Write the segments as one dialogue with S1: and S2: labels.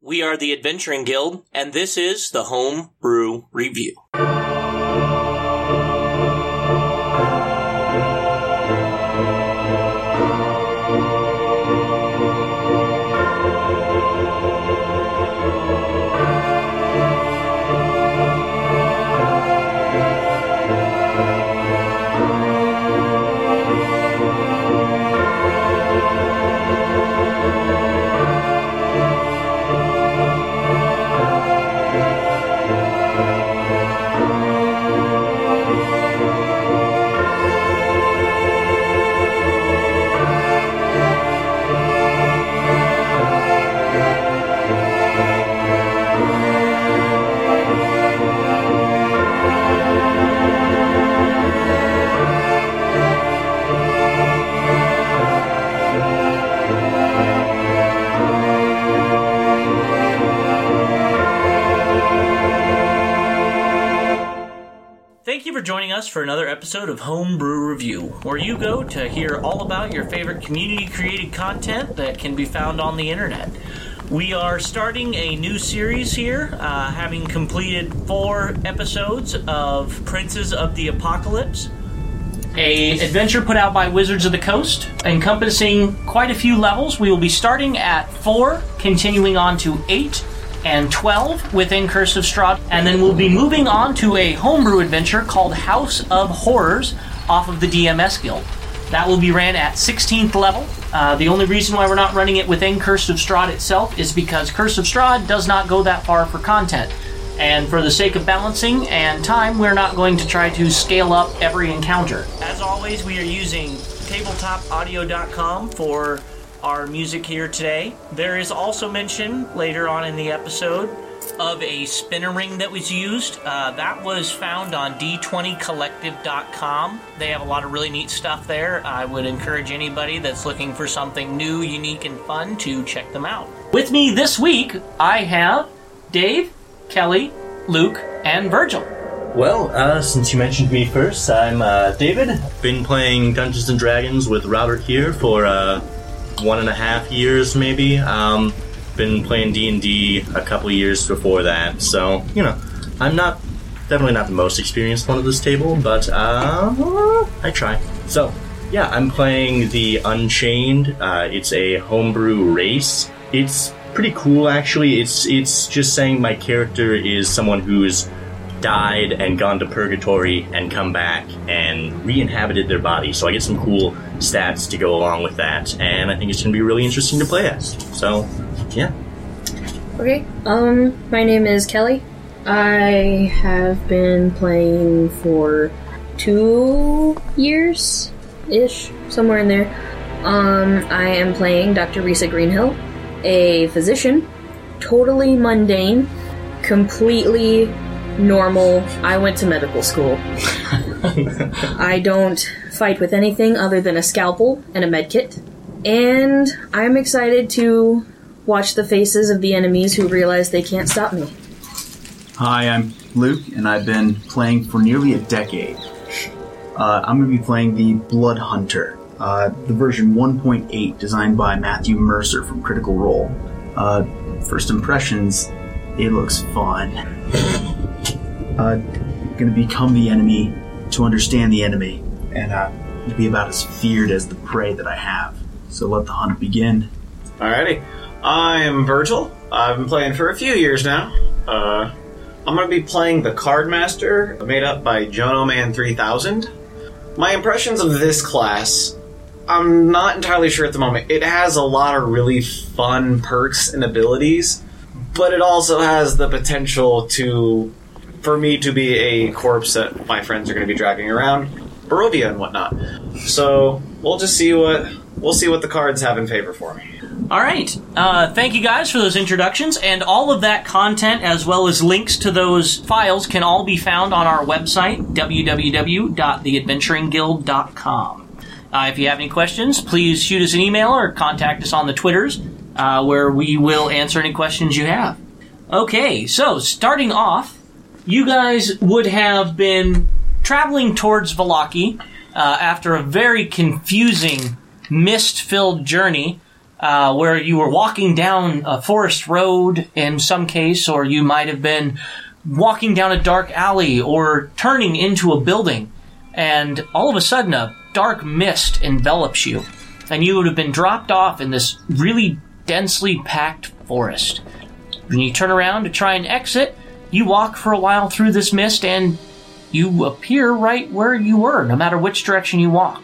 S1: We are the Adventuring Guild, and this is the Home Brew Review. Thank you for joining us for another episode of Home Brew Review, where you go to hear all about your favorite community created content that can be found on the internet. We are starting a new series here, uh, having completed four episodes of Princes of the Apocalypse, a adventure put out by Wizards of the Coast, encompassing quite a few levels. We will be starting at four, continuing on to eight and twelve within Curse of Strahd, and then we'll be moving on to a homebrew adventure called House of Horrors off of the DMS Guild. That will be ran at 16th level. Uh, the only reason why we're not running it within Curse of Strahd itself is because Curse of Strahd does not go that far for content. And for the sake of balancing and time, we're not going to try to scale up every encounter. As always, we are using tabletopaudio.com for our music here today. There is also mention later on in the episode of a spinner ring that was used. Uh, that was found on d20collective.com. They have a lot of really neat stuff there. I would encourage anybody that's looking for something new, unique, and fun to check them out. With me this week, I have Dave, Kelly, Luke, and Virgil.
S2: Well, uh, since you mentioned me first, I'm uh, David. Been playing Dungeons and Dragons with Robert here for uh, one and a half years, maybe. Um, been playing D and D a couple years before that, so you know, I'm not definitely not the most experienced one at this table, but uh, I try. So, yeah, I'm playing the Unchained. Uh, it's a homebrew race. It's pretty cool, actually. It's it's just saying my character is someone who's died and gone to purgatory and come back and re-inhabited their body. So I get some cool stats to go along with that, and I think it's going to be really interesting to play as. So, yeah.
S3: Okay. Um, my name is Kelly. I have been playing for two years ish, somewhere in there. Um, I am playing Dr. Risa Greenhill, a physician, totally mundane, completely normal. I went to medical school. I don't fight with anything other than a scalpel and a med kit. And I'm excited to watch the faces of the enemies who realize they can't stop me.
S4: Hi, I'm Luke, and I've been playing for nearly a decade. Uh, I'm going to be playing the Blood Hunter, uh, the version 1.8, designed by Matthew Mercer from Critical Role. Uh, first impressions, it looks fun. uh, going to become the enemy to understand the enemy, and uh, to be about as feared as the prey that I have. So let the hunt begin.
S5: Alrighty. I'm Virgil. I've been playing for a few years now. Uh, I'm going to be playing the Card Master, made up by Jonoman 3000. My impressions of this class, I'm not entirely sure at the moment. It has a lot of really fun perks and abilities, but it also has the potential to, for me to be a corpse that my friends are going to be dragging around Barovia and whatnot. So we'll just see what we'll see what the cards have in favor for me.
S1: All right. Uh, thank you guys for those introductions. And all of that content, as well as links to those files, can all be found on our website, www.theadventuringguild.com. Uh, if you have any questions, please shoot us an email or contact us on the Twitters, uh, where we will answer any questions you have. Okay, so starting off, you guys would have been traveling towards Valaki uh, after a very confusing, mist filled journey uh, where you were walking down a forest road in some case, or you might have been walking down a dark alley or turning into a building, and all of a sudden a dark mist envelops you, and you would have been dropped off in this really densely packed forest. When you turn around to try and exit, you walk for a while through this mist and you appear right where you were, no matter which direction you walk.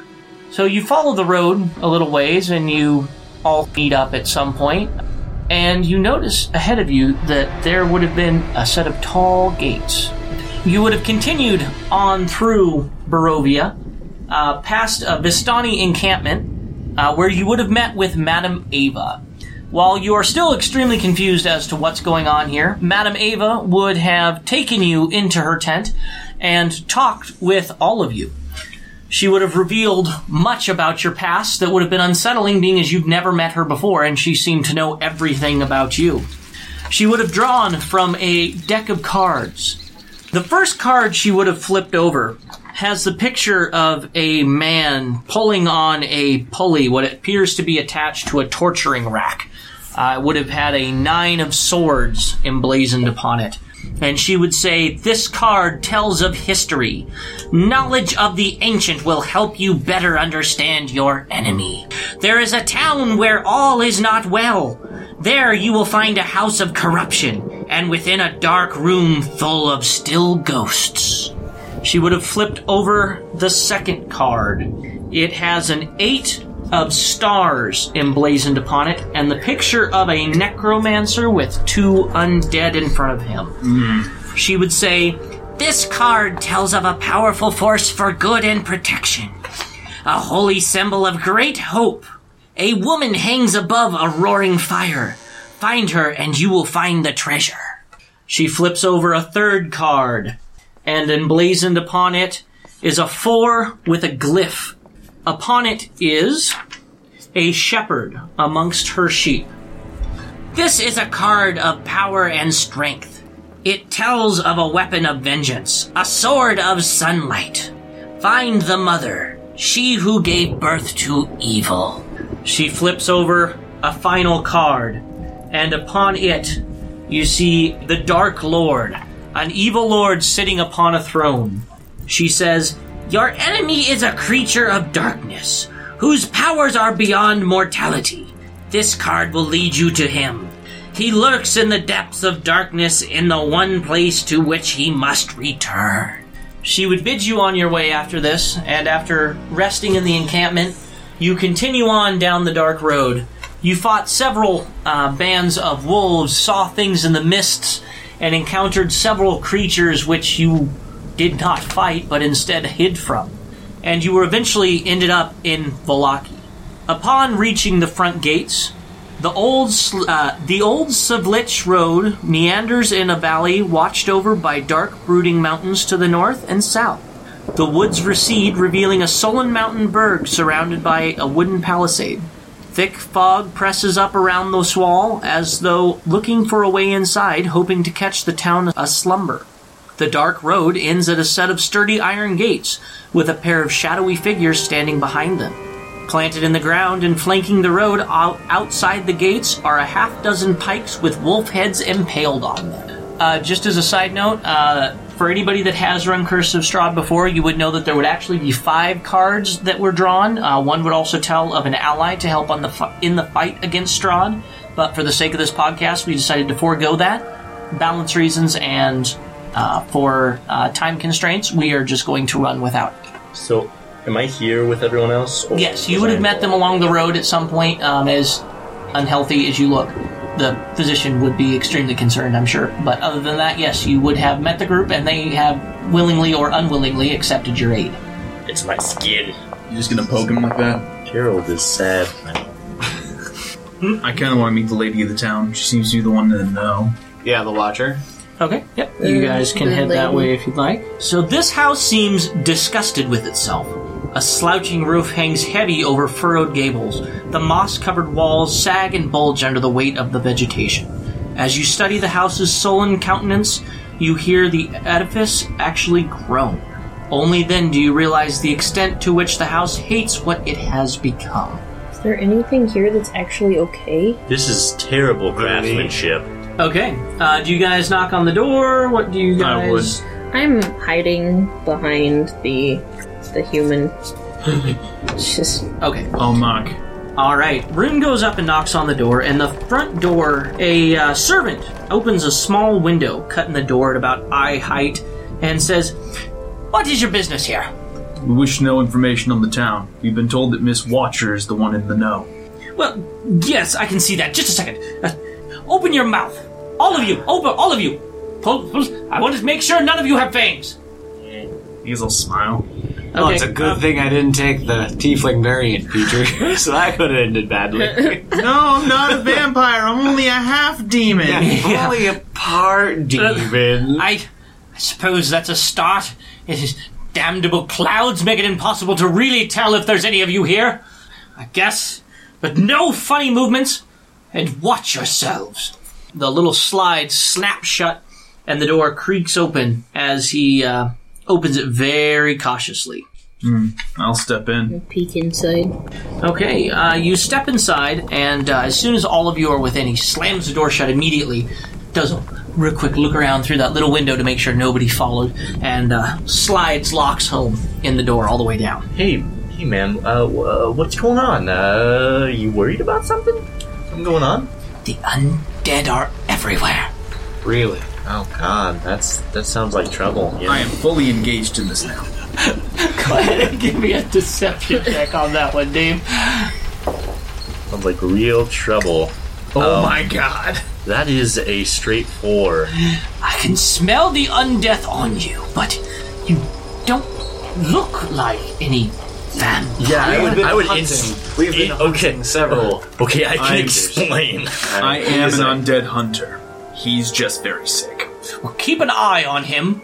S1: So you follow the road a little ways and you all meet up at some point, and you notice ahead of you that there would have been a set of tall gates. You would have continued on through Barovia, uh, past a Vistani encampment, uh, where you would have met with Madame Ava. While you are still extremely confused as to what's going on here, Madame Ava would have taken you into her tent and talked with all of you. She would have revealed much about your past that would have been unsettling, being as you've never met her before, and she seemed to know everything about you. She would have drawn from a deck of cards. The first card she would have flipped over has the picture of a man pulling on a pulley, what appears to be attached to a torturing rack. Uh, it would have had a nine of swords emblazoned upon it. And she would say, This card tells of history. Knowledge of the ancient will help you better understand your enemy. There is a town where all is not well. There you will find a house of corruption, and within a dark room full of still ghosts. She would have flipped over the second card. It has an eight of stars emblazoned upon it, and the picture of a necromancer with two undead in front of him. She would say, This card tells of a powerful force for good and protection, a holy symbol of great hope. A woman hangs above a roaring fire. Find her, and you will find the treasure. She flips over a third card and emblazoned upon it is a four with a glyph. Upon it is a shepherd amongst her sheep. This is a card of power and strength. It tells of a weapon of vengeance, a sword of sunlight. Find the mother, she who gave birth to evil. She flips over a final card, and upon it you see the Dark Lord, an evil lord sitting upon a throne. She says, Your enemy is a creature of darkness, whose powers are beyond mortality. This card will lead you to him. He lurks in the depths of darkness in the one place to which he must return. She would bid you on your way after this, and after resting in the encampment, you continue on down the dark road. You fought several uh, bands of wolves, saw things in the mists, and encountered several creatures which you did not fight but instead hid from. And you were eventually ended up in Volaki. Upon reaching the front gates, the old sl- uh, the old Savlich road meanders in a valley watched over by dark brooding mountains to the north and south. The woods recede, revealing a sullen mountain burg surrounded by a wooden palisade. Thick fog presses up around this wall as though looking for a way inside, hoping to catch the town aslumber. The dark road ends at a set of sturdy iron gates, with a pair of shadowy figures standing behind them. Planted in the ground and flanking the road out- outside the gates are a half dozen pikes with wolf heads impaled on them. Uh, just as a side note, uh, for anybody that has run Curse of Strahd before, you would know that there would actually be five cards that were drawn. Uh, one would also tell of an ally to help on the fi- in the fight against Strahd, but for the sake of this podcast, we decided to forego that, balance reasons, and uh, for uh, time constraints, we are just going to run without it.
S2: So, am I here with everyone else? Oh, or
S1: Yes, you
S2: was
S1: would
S2: I
S1: have met them along
S2: involved?
S1: the road at some point. Um, as unhealthy as you look, the physician would be extremely concerned, I'm sure. But other than that, yes, you would have met the group, and they have willingly or unwillingly accepted your aid.
S2: It's my skin.
S5: You're just gonna poke him like that?
S2: Gerald is sad.
S5: I kind of want to meet the lady of the town. She seems to be the one to know.
S6: Yeah, the Watcher.
S1: Okay, yep. You
S3: Uh,
S1: guys can
S3: good
S1: head that
S3: lady.
S1: way if you'd like. So this house seems disgusted with itself. A slouching roof hangs heavy over furrowed gables. The moss covered walls sag and bulge under the weight of the vegetation. As you study the house's sullen countenance, you hear the edifice actually groan. Only then do you realize the extent to which the house hates what it has become.
S3: Is there anything here that's actually okay?
S2: This is terrible craftsmanship.
S1: Okay. Uh, do you guys knock on the door? What do you guys?
S4: I would.
S3: I'm hiding behind the the human. It's just
S1: Okay.
S4: I'll knock.
S1: All right. Rune goes up and knocks on the door, and the front door, a uh, servant opens a small window cut in the door at about eye height, and says, "What is your business here?"
S4: We wish no information on the town. We've been told that Miss Watcher is the one in the know.
S1: Well, yes, I can see that. Just a second. Uh, open your mouth, all of you. Open, all of you. Pull, pull. I want to make sure none of you have fangs.
S4: Hazel smile.
S5: Oh, it's a
S1: Okay,
S5: good
S1: uh,
S5: thing I didn't take the tiefling variant feature, so that could have ended badly.
S4: No, I'm not a vampire. I'm only a half demon.
S5: yeah. Only a part demon.
S1: I, I suppose that's a start. It is damnable clouds make it impossible to really tell if there's any of you here. I guess. But no funny movements, and watch yourselves. The little slide snaps shut, and the door creaks open as he uh, opens it very cautiously.
S4: I'll step in.
S3: peek inside.
S1: Okay, uh, you step inside, and uh, as soon as all of you are within, he slams the door shut immediately, does a real quick look around through that little window to make sure nobody followed, and uh, slides locks home in the door all the way down.
S2: Hey, hey, man. Uh, w- uh, what's going on? Uh, you worried about something? Something going on?
S1: The undead are everywhere.
S5: Really?
S2: Oh God, that's that sounds like trouble. Yeah.
S4: I am fully engaged in this now.
S1: Go ahead and give me a deception check on that one, Dave.
S2: Sounds like real trouble. Um,
S4: Oh my god.
S2: That is a straight four.
S1: I can smell the undeath on you, but you don't look like any vampire.
S2: Yeah, I would.
S5: been
S2: I would.
S5: hunting.
S2: ins-
S5: We've been
S2: i-
S5: hunting several.
S2: Oh, okay, I can
S4: I
S2: explain.
S4: I am an undead hunter. He's just very sick.
S1: Well, keep an eye on him,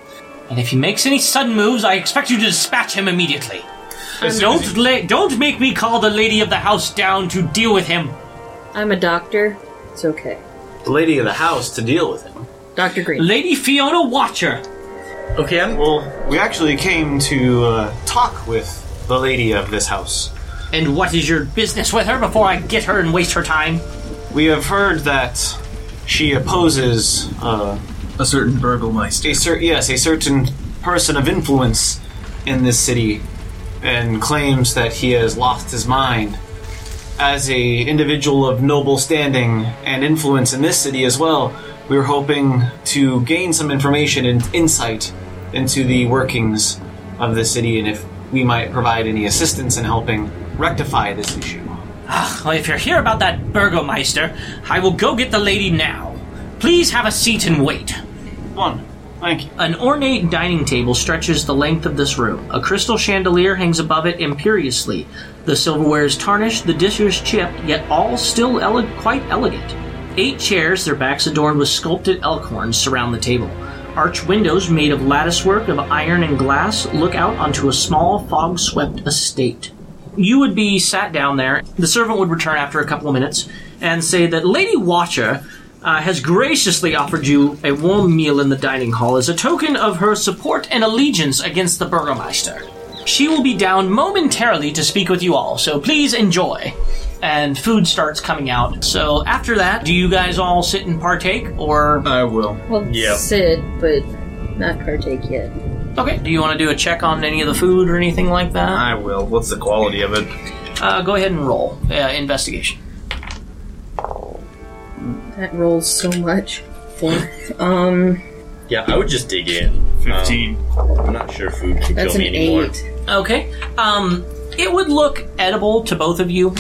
S1: and if he makes any sudden moves, I expect you to dispatch him immediately.
S4: soon as
S1: Don't
S4: he-
S1: la- don't make me call the lady of the house down to deal with him.
S3: I'm a doctor. It's okay.
S5: The lady of the house to deal with him.
S3: Doctor Green.
S1: Lady Fiona Watcher.
S2: Okay, I'm.
S5: Well, we actually came to uh, talk with the lady of this house.
S1: And what is your business with her before I get her and waste her time?
S5: We have heard that she opposes uh,
S4: A certain burglmeister.
S5: a cer- yes, a certain person of influence in this city and claims that he has lost his mind as a individual of noble standing and influence in this city as well. We were hoping to gain some information and insight into the workings of the city and if we might provide any assistance in helping rectify this issue.
S1: Well, if you're here about that burgomeister, I will go get the lady now. Please have a seat and wait.
S5: One. Thank you.
S1: An ornate dining table stretches the length of this room. A crystal chandelier hangs above it imperiously. The silverware is tarnished, the dishes chipped, yet all still ele- quite elegant. Eight chairs, their backs adorned with sculpted elk horns, surround the table. Arch windows made of latticework of iron and glass look out onto a small fog swept estate. You would be sat down there. The servant would return after a couple of minutes and say that Lady Watcher uh, has graciously offered you a warm meal in the dining hall as a token of her support and allegiance against the Burgomeister. She will be down momentarily to speak with you all, so please enjoy. And food starts coming out. So after that, do you guys all sit and partake, or
S4: I will.
S3: Well,
S2: Yep.
S3: sit, but not partake yet.
S1: okay? Do you want to do a check on any of the food or anything like that?
S4: I will. What's the quality of it?
S1: Uh, go ahead and roll uh, investigation.
S3: That rolls so much. Four. Um,
S2: Yeah, I would just dig in. Um, I'm not sure food can
S3: that's
S2: kill
S3: an
S2: me anymore.
S3: eight.
S1: Okay. Um, it would look edible to both of you.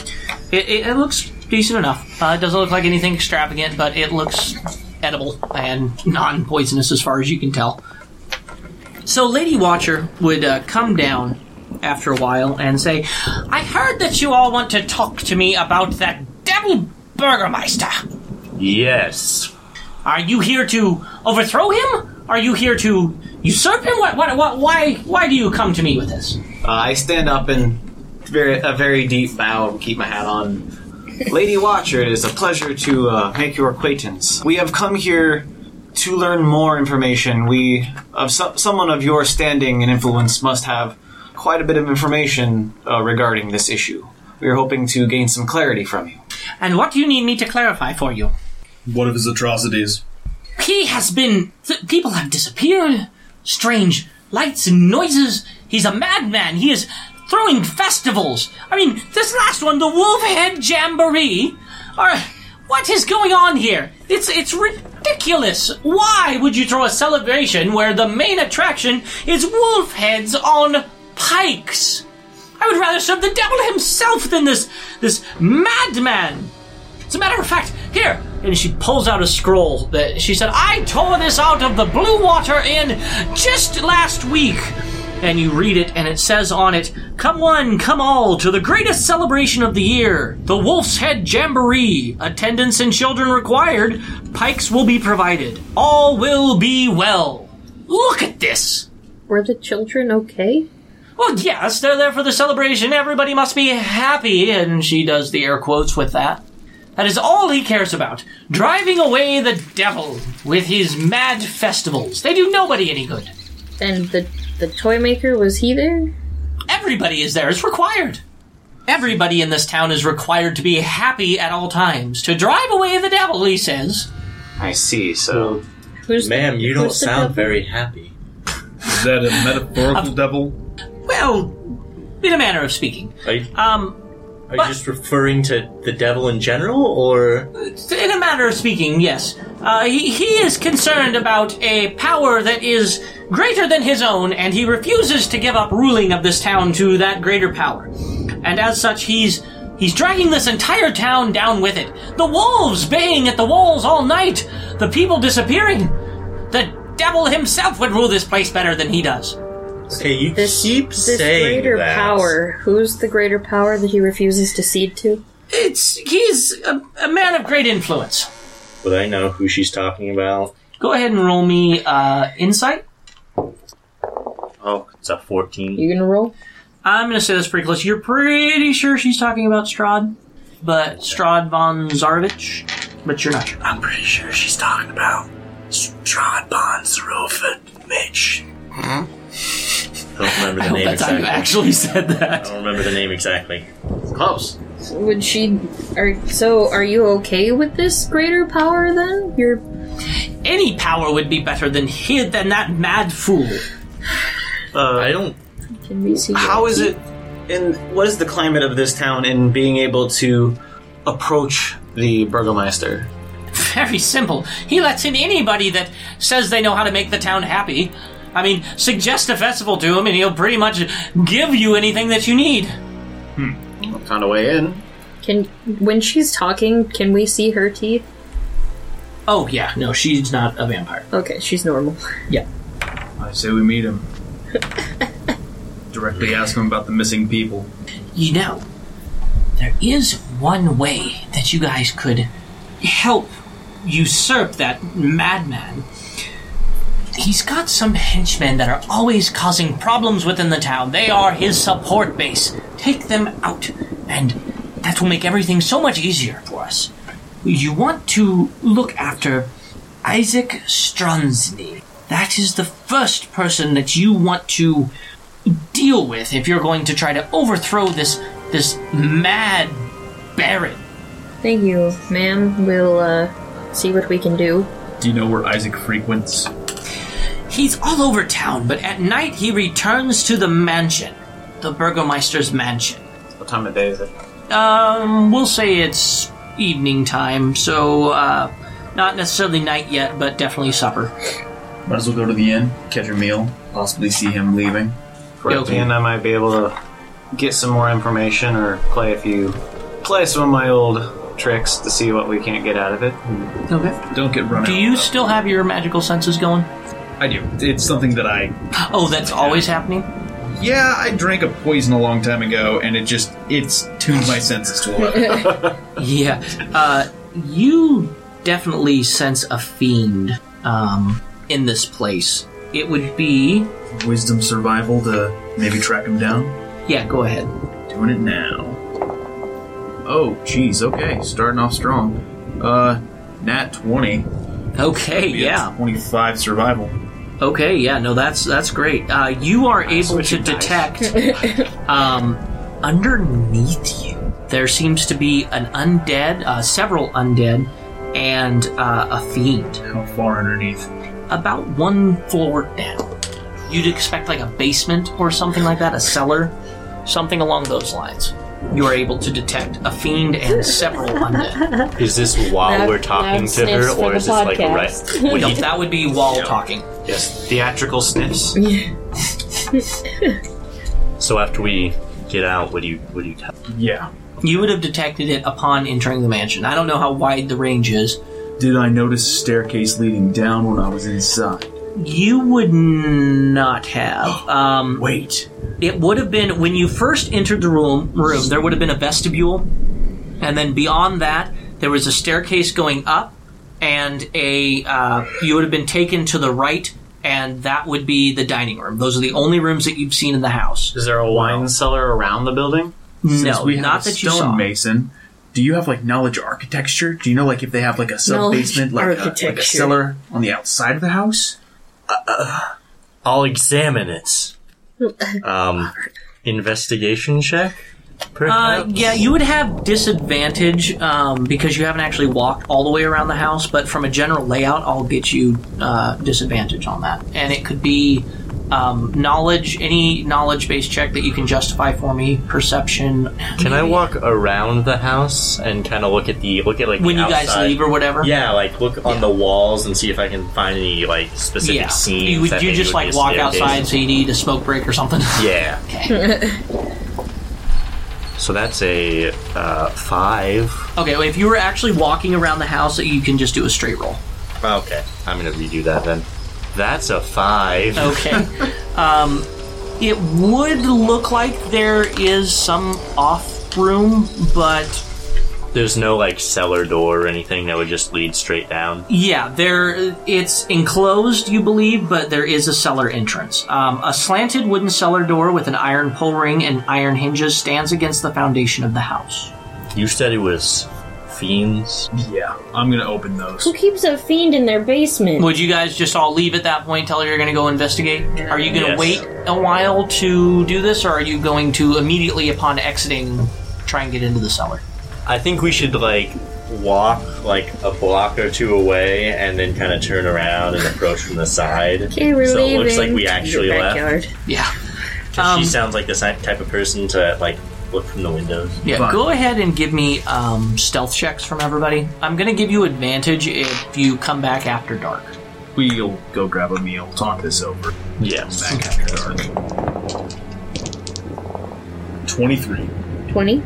S1: It, it, it looks decent enough. Uh, it doesn't look like anything extravagant, but it looks edible and non-poisonous as far as you can tell. So, Lady Watcher would uh, come down after a while and say, "I heard that you all want to talk to me about that devil Burgermeister.
S2: Yes.
S1: Are you here to overthrow him? Are you here to usurp him? What? What? what why? Why do you come to me with this?"
S5: Uh, I stand up and very a very deep bow and keep my hat on. Lady Watcher, it is a pleasure to uh, make your acquaintance. We have come here to learn more information. We of so- someone of your standing and influence must have quite a bit of information uh, regarding this issue. We are hoping to gain some clarity from you.
S1: And what do you need me to clarify for you?
S4: What of his atrocities?
S1: He has been. Th- people have disappeared. Strange lights and noises. He's a madman. He is throwing festivals. I mean, this last one, the Wolfhead Jamboree. Or what is going on here? It's it's ridiculous. Why would you throw a celebration where the main attraction is wolf heads on pikes? I would rather serve the devil himself than this this madman. As a matter of fact, here. And she pulls out a scroll that she said, I tore this out of the Blue Water Inn just last week. And you read it, and it says on it, Come one, come all, to the greatest celebration of the year, the Wolf's Head Jamboree. Attendance and children required. Pikes will be provided. All will be well. Look at this!
S3: Were the children okay?
S1: Well, yes, they're there for the celebration. Everybody must be happy. And she does the air quotes with that. That is all he cares about. Driving away the devil with his mad festivals. They do nobody any good.
S3: And the the toy maker was he there?
S1: Everybody is there. It's required. Everybody in this town is required to be happy at all times. To drive away the devil, he says.
S5: I see. So
S3: Who's
S2: Ma'am, you don't
S3: who's the
S2: sound
S3: devil?
S2: very happy.
S4: Is that a metaphorical devil?
S1: Well, in a manner of speaking.
S2: Are you,
S1: Um,
S2: are you just referring to the devil in general, or
S1: in a manner of speaking, yes. Uh, he, he is concerned about a power that is greater than his own, and he refuses to give up ruling of this town to that greater power. And as such, he's he's dragging this entire town down with it. The wolves baying at the walls all night, the people disappearing. The devil himself would rule this place better than he does.
S2: okay? You
S3: This,
S2: keep
S3: this
S2: saying
S3: greater
S2: that.
S3: power. Who's the greater power that he refuses to cede to?
S1: It's he's a, a man of great influence.
S2: But I know who she's talking about.
S1: Go ahead and roll me uh, insight.
S2: Oh, it's a fourteen.
S3: You gonna roll?
S1: I'm going to say that's pretty close. You're pretty sure she's talking about Strahd, but Strahd von Zarovich, but you're not sure.
S2: I'm pretty sure she's talking about Strahd von Zerofit Mitch. I don't remember the name
S1: That's how
S2: exactly.
S1: you actually said
S2: I
S1: that.
S2: don't remember the name exactly.
S5: close.
S3: Would she? Are so? Are you okay with this greater power then? You're
S1: Any power would be better than hid than that mad fool.
S5: Uh,
S2: I don't.
S3: can we see?
S5: how is it? And what is the climate of this town in being able to approach the burgomaster?
S1: Very simple. He lets in anybody that says they know how to make the town happy. I mean, suggest a festival to him, and he'll pretty much give you anything that you need.
S5: Found a way in.
S3: Can when she's talking, can we see her teeth?
S1: Oh yeah, no, she's not a vampire.
S3: Okay, she's normal.
S7: I say we meet him. Directly ask him about the missing people.
S1: You know, there is one way that you guys could help usurp that madman. He's got some henchmen that are always causing problems within the town. They are his support base. Take them out, and that will make everything so much easier for us. You want to look after Isaac Stronsny. That is the first person that you want to deal with if you're going to try to overthrow this this mad baron.
S3: Thank you, ma'am. We'll uh, see what we can do.
S4: Do you know where Isaac frequents?
S1: He's all over town, but at night he returns to the mansion, the burgomeister's mansion.
S5: What time of day is it?
S1: Um, we'll say it's evening time, so uh, not necessarily night yet, but definitely supper.
S7: Might as well go to the inn, catch a meal, possibly see him leaving.
S5: Correct.
S1: Okay.
S5: And I might be able to get some more information or play a few, play some of my old tricks to see what we can't get out of it.
S1: Okay.
S4: Don't get run
S1: Do
S4: out.
S1: you still have your magical senses going?
S4: I do. It's something that I.
S1: Oh, that's always happening.
S4: Yeah, I drank a poison a long time ago, and it just it's tuned my senses to eleven.
S1: Yeah. Uh, you definitely sense a fiend um, in this place. It would be.
S7: Wisdom survival to maybe track him down.
S1: Yeah, go ahead.
S7: Doing it now. Oh, geez. Okay, starting off strong. Uh, nat twenty.
S1: Okay, yeah.
S7: Twenty-five survival.
S1: Okay, yeah, no, that's that's great. Uh, you are able to detect um, underneath you there seems to be an undead, uh, several undead, and uh, a fiend
S7: How far underneath?
S1: about one floor down. You'd expect like a basement or something like that, a cellar, something along those lines. You are able to detect a fiend and several undead.
S2: Is this while
S3: That-
S2: we're talking
S3: that
S2: to her,
S3: sniffs for
S2: or
S3: the
S2: is this like
S3: podcast.
S2: right? Would
S1: No,
S2: he,
S1: that would be while talking.
S5: Yes, theatrical sniffs.
S2: so after we get out, what do you what do you tell?
S7: Yeah.
S1: You would have detected it upon entering the mansion. I don't know how wide the range is.
S7: Did I notice a staircase leading down when I was inside?
S1: You would not have. Um,
S7: Wait.
S1: it would have been when you first entered the room. Room there would have been a vestibule, and then beyond that there was a staircase going up, and a uh, you would have been taken to the right, and that would be the dining room. Those are the only rooms that you've seen in the house.
S5: Is there a wine cellar around the building?
S1: no,
S7: we have
S1: not
S7: a
S1: that you saw.
S7: Mason. Do you have like knowledge architecture? Do you know like if they have like a sub basement, like,
S3: Knowledge
S7: a- like a
S3: architecture.
S7: cellar on the outside of the house?
S2: I'll examine it. um, investigation check.
S1: Uh,
S2: Perhaps?
S1: yeah, you would have disadvantage um, because you haven't actually walked all the way around the house. But from a general layout, I'll get you uh, disadvantage on that, and it could be um, knowledge, any knowledge-based check that you can justify for me, perception.
S2: Can I walk around the house and kind of look at the look at like
S1: when
S2: the
S1: you guys
S2: outside?
S1: leave or whatever?
S2: Yeah, like look on the walls and see if I can find any like specific
S1: yeah.
S2: scenes.
S1: You, would-
S2: that
S1: you
S2: maybe
S1: just
S2: would be
S1: like
S2: a
S1: walk
S2: staircase.
S1: outside, so you need a smoke break or something.
S2: Yeah. so that's a uh, five.
S1: okay, well, if you were actually walking around the house, you can just do a straight roll.
S2: Okay, I'm gonna redo that then. That's a five.
S1: Okay. um, it would look like there is some off room, but
S2: There's no like cellar door or anything that would just lead straight down.
S1: yeah, there it's enclosed, you believe, but there is a cellar entrance. Um, a slanted wooden cellar door with an iron pull ring and iron hinges stands against the foundation of the house.
S2: You said it was fiends.
S7: Yeah. I'm gonna open those.
S3: Who keeps a fiend in their basement?
S1: Would you guys just all leave at that point? Tell her you're going to go investigate. Are you going to
S2: Yes.
S1: wait a while to do this, or are you going to immediately upon exiting try and get into the cellar?
S2: I think we should like walk like a block or two away and then kind of turn around and approach from the side.
S3: Okay, we're
S2: so
S3: leaving.
S2: it looks like we actually
S3: Your
S2: left.
S3: backyard.
S1: Yeah.
S2: 'Cause
S1: Um,
S2: she sounds like the si- type of person to like look from the windows.
S1: Yeah,
S7: Fine.
S1: go ahead and give me um, stealth checks from everybody. I'm going to give you advantage if you come back after dark.
S7: We'll go grab a meal, talk this over.
S2: Yes.
S7: Back after dark. Twenty-three.
S3: 20?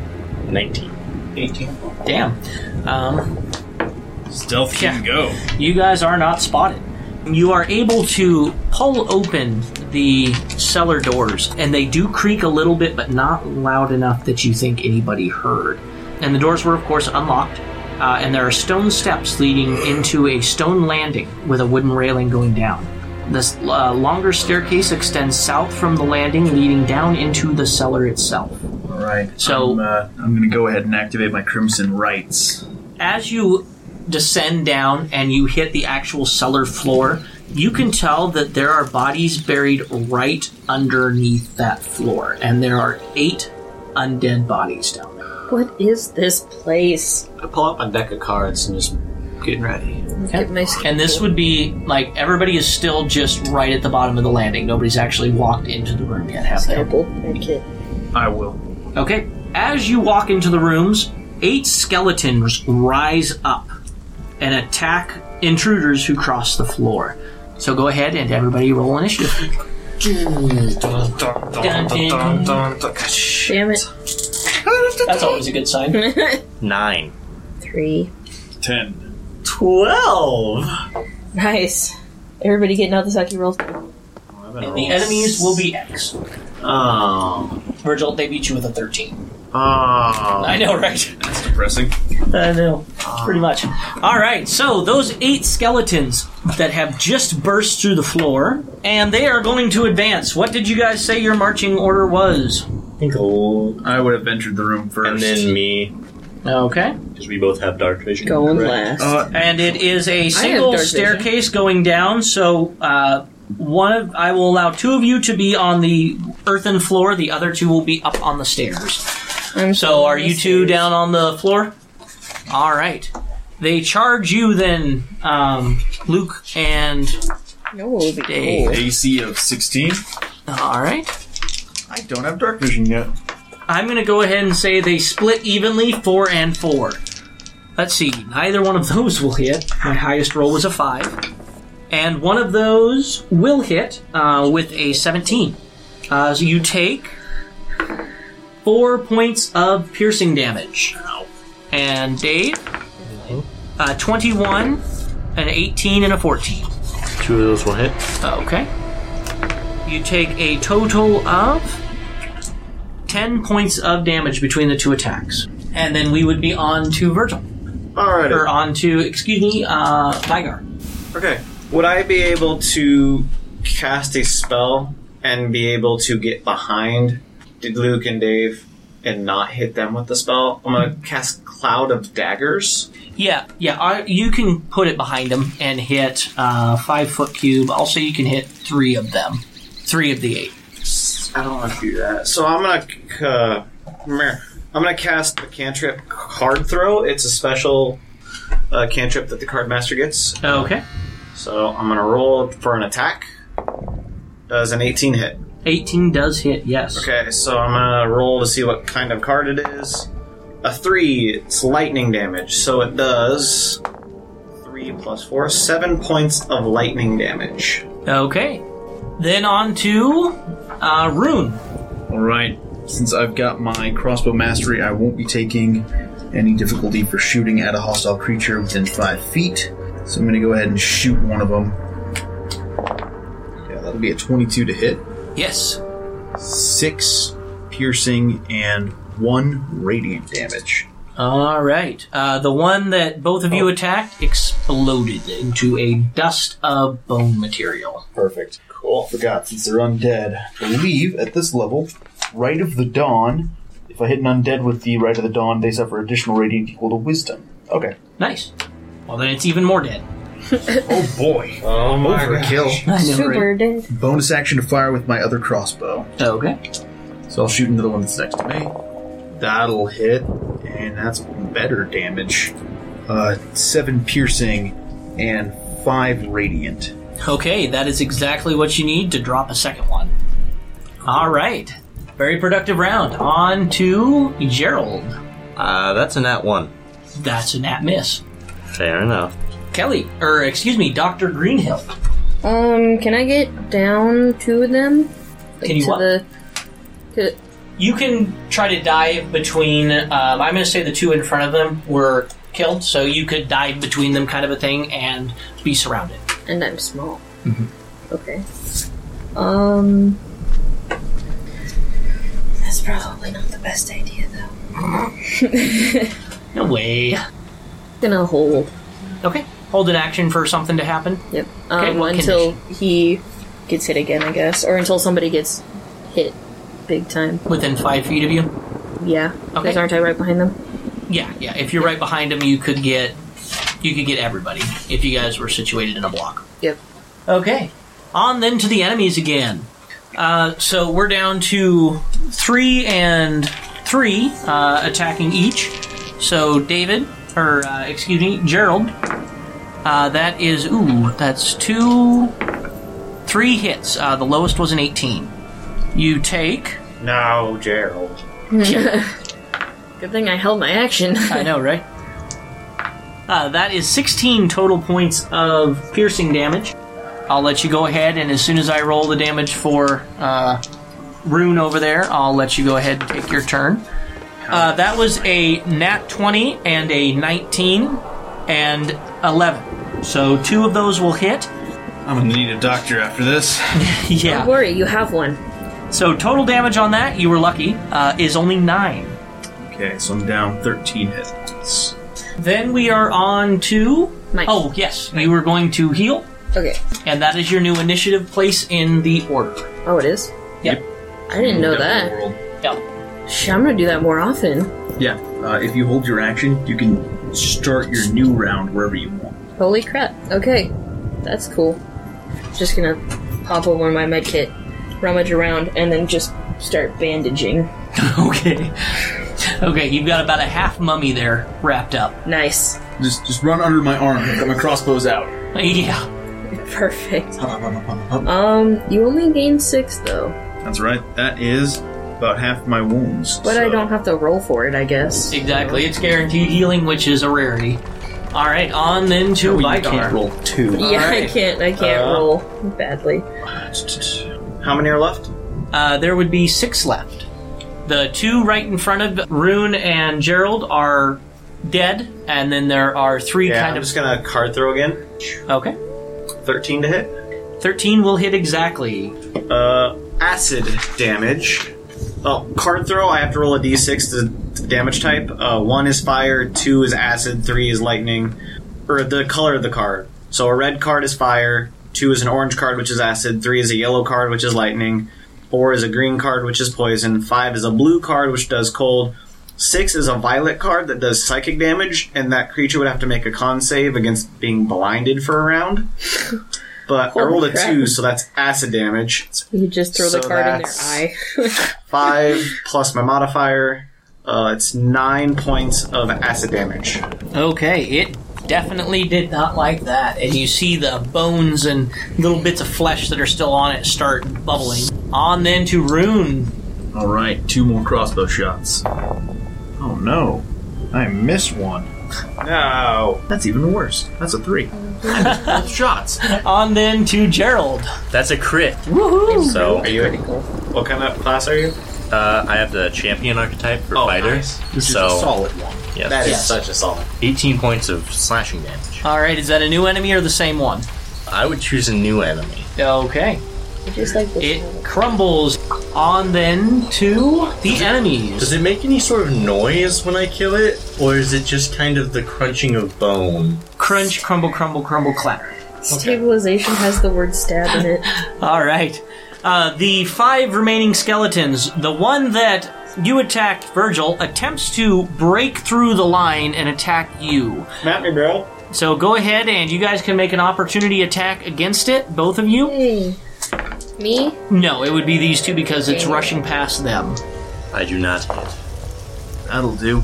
S2: Nineteen.
S7: 18.
S1: Damn. Um,
S4: Stealth can go.
S1: you guys are not spotted. You are able to pull open the cellar doors, and they do creak a little bit, but not loud enough that you think anybody heard. And the doors were, of course, unlocked, uh, and there are stone steps leading into a stone landing with a wooden railing going down. This uh, longer staircase extends south from the landing, leading down into the cellar itself.
S7: All right.
S1: So-
S7: I'm, uh, I'm gonna go ahead and activate my crimson rights.
S1: as you descend down and you hit the actual cellar floor, you can tell that there are bodies buried right underneath that floor, and there are eight undead bodies down there.
S3: What is this place?
S5: I pull out my deck of cards and just getting ready.
S3: Get my
S1: And this would be like everybody is still just right at the bottom of the landing. Nobody's actually walked into the room yet, have they?
S3: scalpel. Okay.
S7: I will.
S1: Okay. As you walk into the rooms, eight skeletons rise up and attack intruders who cross the floor. So go ahead and everybody roll initiative.
S3: Damn it.
S1: That's always a good sign.
S2: Nine.
S3: Three.
S4: Ten.
S5: Twelve.
S3: Nice. Everybody getting out the sake rolls.
S1: the enemies will be X.
S5: Oh.
S1: Virgil, they beat you with a 13.
S5: Oh.
S1: I know, right?
S4: That's depressing.
S1: I know. Pretty much. All right, so those eight skeletons that have just burst through the floor, and they are going to advance. What did you guys say your marching order was?
S2: I think old.
S4: I would have entered the room first.
S2: And then me,
S1: Okay.
S2: because we both have dark vision.
S3: Going
S2: correct?
S3: last.
S4: Uh,
S1: And it is a
S3: dark
S1: single
S3: vision.
S1: staircase going down, so uh, one of I will allow two of you to be on the earthen floor, the other two will be up on the stairs.
S3: I'm
S1: So are you two down on the floor? All right. They charge you then, um, Luke and
S3: No, it'll be
S1: Dave.
S3: cool.
S4: AC of 16.
S1: all right.
S4: I don't have dark vision yet.
S1: I'm gonna go ahead and say they split evenly, four and four. Let's see. Neither one of those will hit. My highest roll was a five, and one of those will hit uh, with a 17. Uh, so you take four points of piercing damage. And Dave, uh, 21, an 18, and a 14.
S2: Two of those will hit.
S1: Uh, Okay. You take a total of 10 points of damage between the two attacks. And then we would be on to Virgil. Or
S5: Alrighty.
S1: on to, excuse me, uh, Vigar.
S5: Okay. Would I be able to cast a spell and be able to get behind did Luke and Dave and not hit them with the spell? I'm gonna cast Cloud of Daggers.
S1: Yeah, yeah, I, you can put it behind them and hit uh, five foot cube. Also, you can hit three of them. Three of the eight.
S5: I don't want to do that. So I'm gonna uh, meh. I'm gonna cast the cantrip Card Throw. It's a special uh, cantrip that the card master gets.
S1: Okay.
S5: So I'm gonna roll for an attack. Does an 18 hit?
S1: 18 does hit, yes.
S5: Okay, so I'm gonna roll to see what kind of card it is. A three. It's lightning damage, so it does three plus four, seven points of lightning damage.
S1: Okay. Then on to uh, Rune.
S4: Alright, since I've got my crossbow mastery, I won't be taking any difficulty for shooting at a hostile creature within five feet. So I'm going to go ahead and shoot one of them. Yeah, that'll be a 22 to hit.
S1: Yes.
S4: Six piercing and one radiant damage.
S1: All right. Uh, the one that both of you attacked exploded into a dust of bone material.
S4: Perfect. Cool. Oh, Forgot since they're undead. I believe at this level, Rite of the Dawn. If I hit an undead with the Rite of the Dawn, they suffer additional radiant equal to Wisdom. Okay.
S1: Nice. Well, then it's even more dead.
S4: Oh boy.
S5: Oh my
S4: Overkill.
S1: I
S3: Super dead.
S4: Bonus action to fire with my other crossbow.
S1: Okay.
S4: So I'll shoot another one that's next to me. That'll hit, and that's better damage. Uh, seven piercing and five radiant.
S1: Okay, that is exactly what you need to drop a second one. All right. Very productive round. On to Gerald.
S2: Uh, that's a nat one.
S1: That's a nat miss.
S2: Fair enough.
S1: Kelly, or excuse me, Dr. Greenhill.
S3: Um, can I get down to them? Like,
S1: Can you
S3: to
S1: what?
S3: the to,
S1: You can try to dive between. Um, I'm going to say the two in front of them were killed, so you could dive between them, kind of a thing, and be surrounded.
S3: and I'm small.
S1: Mm-hmm.
S3: Okay. Um. That's probably not the best idea, though.
S1: No way.
S3: Gonna hold.
S1: Okay. Hold an action for something to happen.
S3: Yep. Um,
S1: Okay, what
S3: until he gets hit again, I guess, or until somebody gets hit big time.
S1: Within five feet of you?
S3: Yeah.
S1: Okay.
S3: Because aren't I right behind them?
S1: Yeah, yeah. If you're right behind him, you could get you could get everybody if you guys were situated in a block.
S3: Yep.
S1: Okay. On then to the enemies again. Uh, so we're down to three and three uh, attacking each. So David, or uh, excuse me, Gerald. Uh, that is ooh, that's two, three hits. Uh, the lowest was an eighteen. You take
S5: No, Gerald.
S3: Good thing I held my action.
S1: I know, right? Uh, that is 16 total points of piercing damage. I'll let you go ahead, and as soon as I roll the damage for uh, Rune over there, I'll let you go ahead and take your turn. Uh, that was a nat 20 and a 19 and 11. So two of those will hit.
S4: I'm gonna need a doctor after this.
S3: Don't
S1: Yeah.
S3: worry, you have one.
S1: So total damage on that, you were lucky, uh, is only 9.
S4: Okay, so I'm down 13 hit points.
S1: Then we are on to.
S3: Mike.
S1: Oh, yes, you were going to heal.
S3: Okay.
S1: And that is your new initiative place in the order.
S3: Oh, it is.
S1: Yep.
S3: I didn't know that.
S1: Yep.
S3: Sh- I'm gonna do that more often.
S4: Yeah, uh, if you hold your action, you can start your new round wherever you want.
S3: Holy crap. Okay, that's cool. Just gonna pop over my med kit, rummage around, and then just start bandaging.
S1: okay. Okay, you've got about a half mummy there wrapped up.
S3: Nice.
S4: Just, just run under my arm. I've got my crossbows out.
S1: Yeah.
S3: Perfect.
S4: That's
S3: Um, you only gain six though,
S4: right. That is about half my wounds.
S3: but I
S4: so-
S3: don't have to roll for it, I guess.
S1: Exactly. It's guaranteed healing, which is a rarity. All right, on then to
S4: I
S1: Vidar.
S4: Oh, can't roll two.
S3: Yeah, I
S1: Alright.
S3: can't. I can't
S5: Uh,
S3: roll badly.
S5: How many are left?
S1: Uh, there would be six left. The two right in front of Rune and Gerald are dead, and then there are three
S5: Yeah,
S1: kind
S5: I'm
S1: of.
S5: just gonna card throw again.
S1: Okay.
S5: 13 to hit.
S1: 13 will hit exactly.
S5: Uh, acid damage. Oh, card throw, I have to roll a d6 to, to damage type. Uh, one is fire, two is acid, three is lightning, or the color of the card. So a red card is fire, two is an orange card, which is acid, three is a yellow card, which is lightning, four is a green card, which is poison, five is a blue card, which does cold, six is a violet card that does psychic damage, and that creature would have to make a con save against being blinded for a round. But I
S3: Holy
S5: rolled a
S3: crap.
S5: two, so that's acid damage.
S3: You just throw the
S5: so
S3: card in their
S5: that's-
S3: eye.
S5: five plus my modifier. Uh, it's nine points of acid damage.
S1: Okay, it definitely did not like that. And you see the bones and little bits of flesh that are still on it start bubbling. On then to Rune.
S7: All right, two more crossbow shots.
S4: Oh no. I missed one.
S5: No.
S7: That's even worse. That's a three. I missed both shots.
S1: On then to Gerald.
S2: That's a crit.
S1: Woohoo!
S2: So
S5: you What kind of class are you?
S2: uh, I have the champion archetype for
S5: Oh,
S2: fighters.
S5: nice.
S4: This is a
S2: So
S4: solid one.
S2: Oh. yes.
S5: That is
S1: Yes.
S5: such a solid.
S2: 18 points of slashing damage.
S1: Alright, is that a new enemy or the same one?
S2: I would choose a new enemy.
S1: Okay.
S3: just like this.
S1: It crumbles. On then to the
S2: Does
S1: enemies.
S2: it make any sort of noise when I kill it, or is it just kind of the crunching of bone?
S1: Crunch, crumble, crumble, crumble, clatter.
S3: Stabilization has the word stab in it.
S1: All right. Uh, the five remaining skeletons. The one that you attacked, Virgil, attempts to break through the line and attack you.
S5: Map me, bro.
S1: So go ahead and you guys can make an opportunity attack against it, both of you.
S3: Hey, me?
S1: No, it would be these two because it's rushing past them.
S2: I do not hit.
S7: That'll do.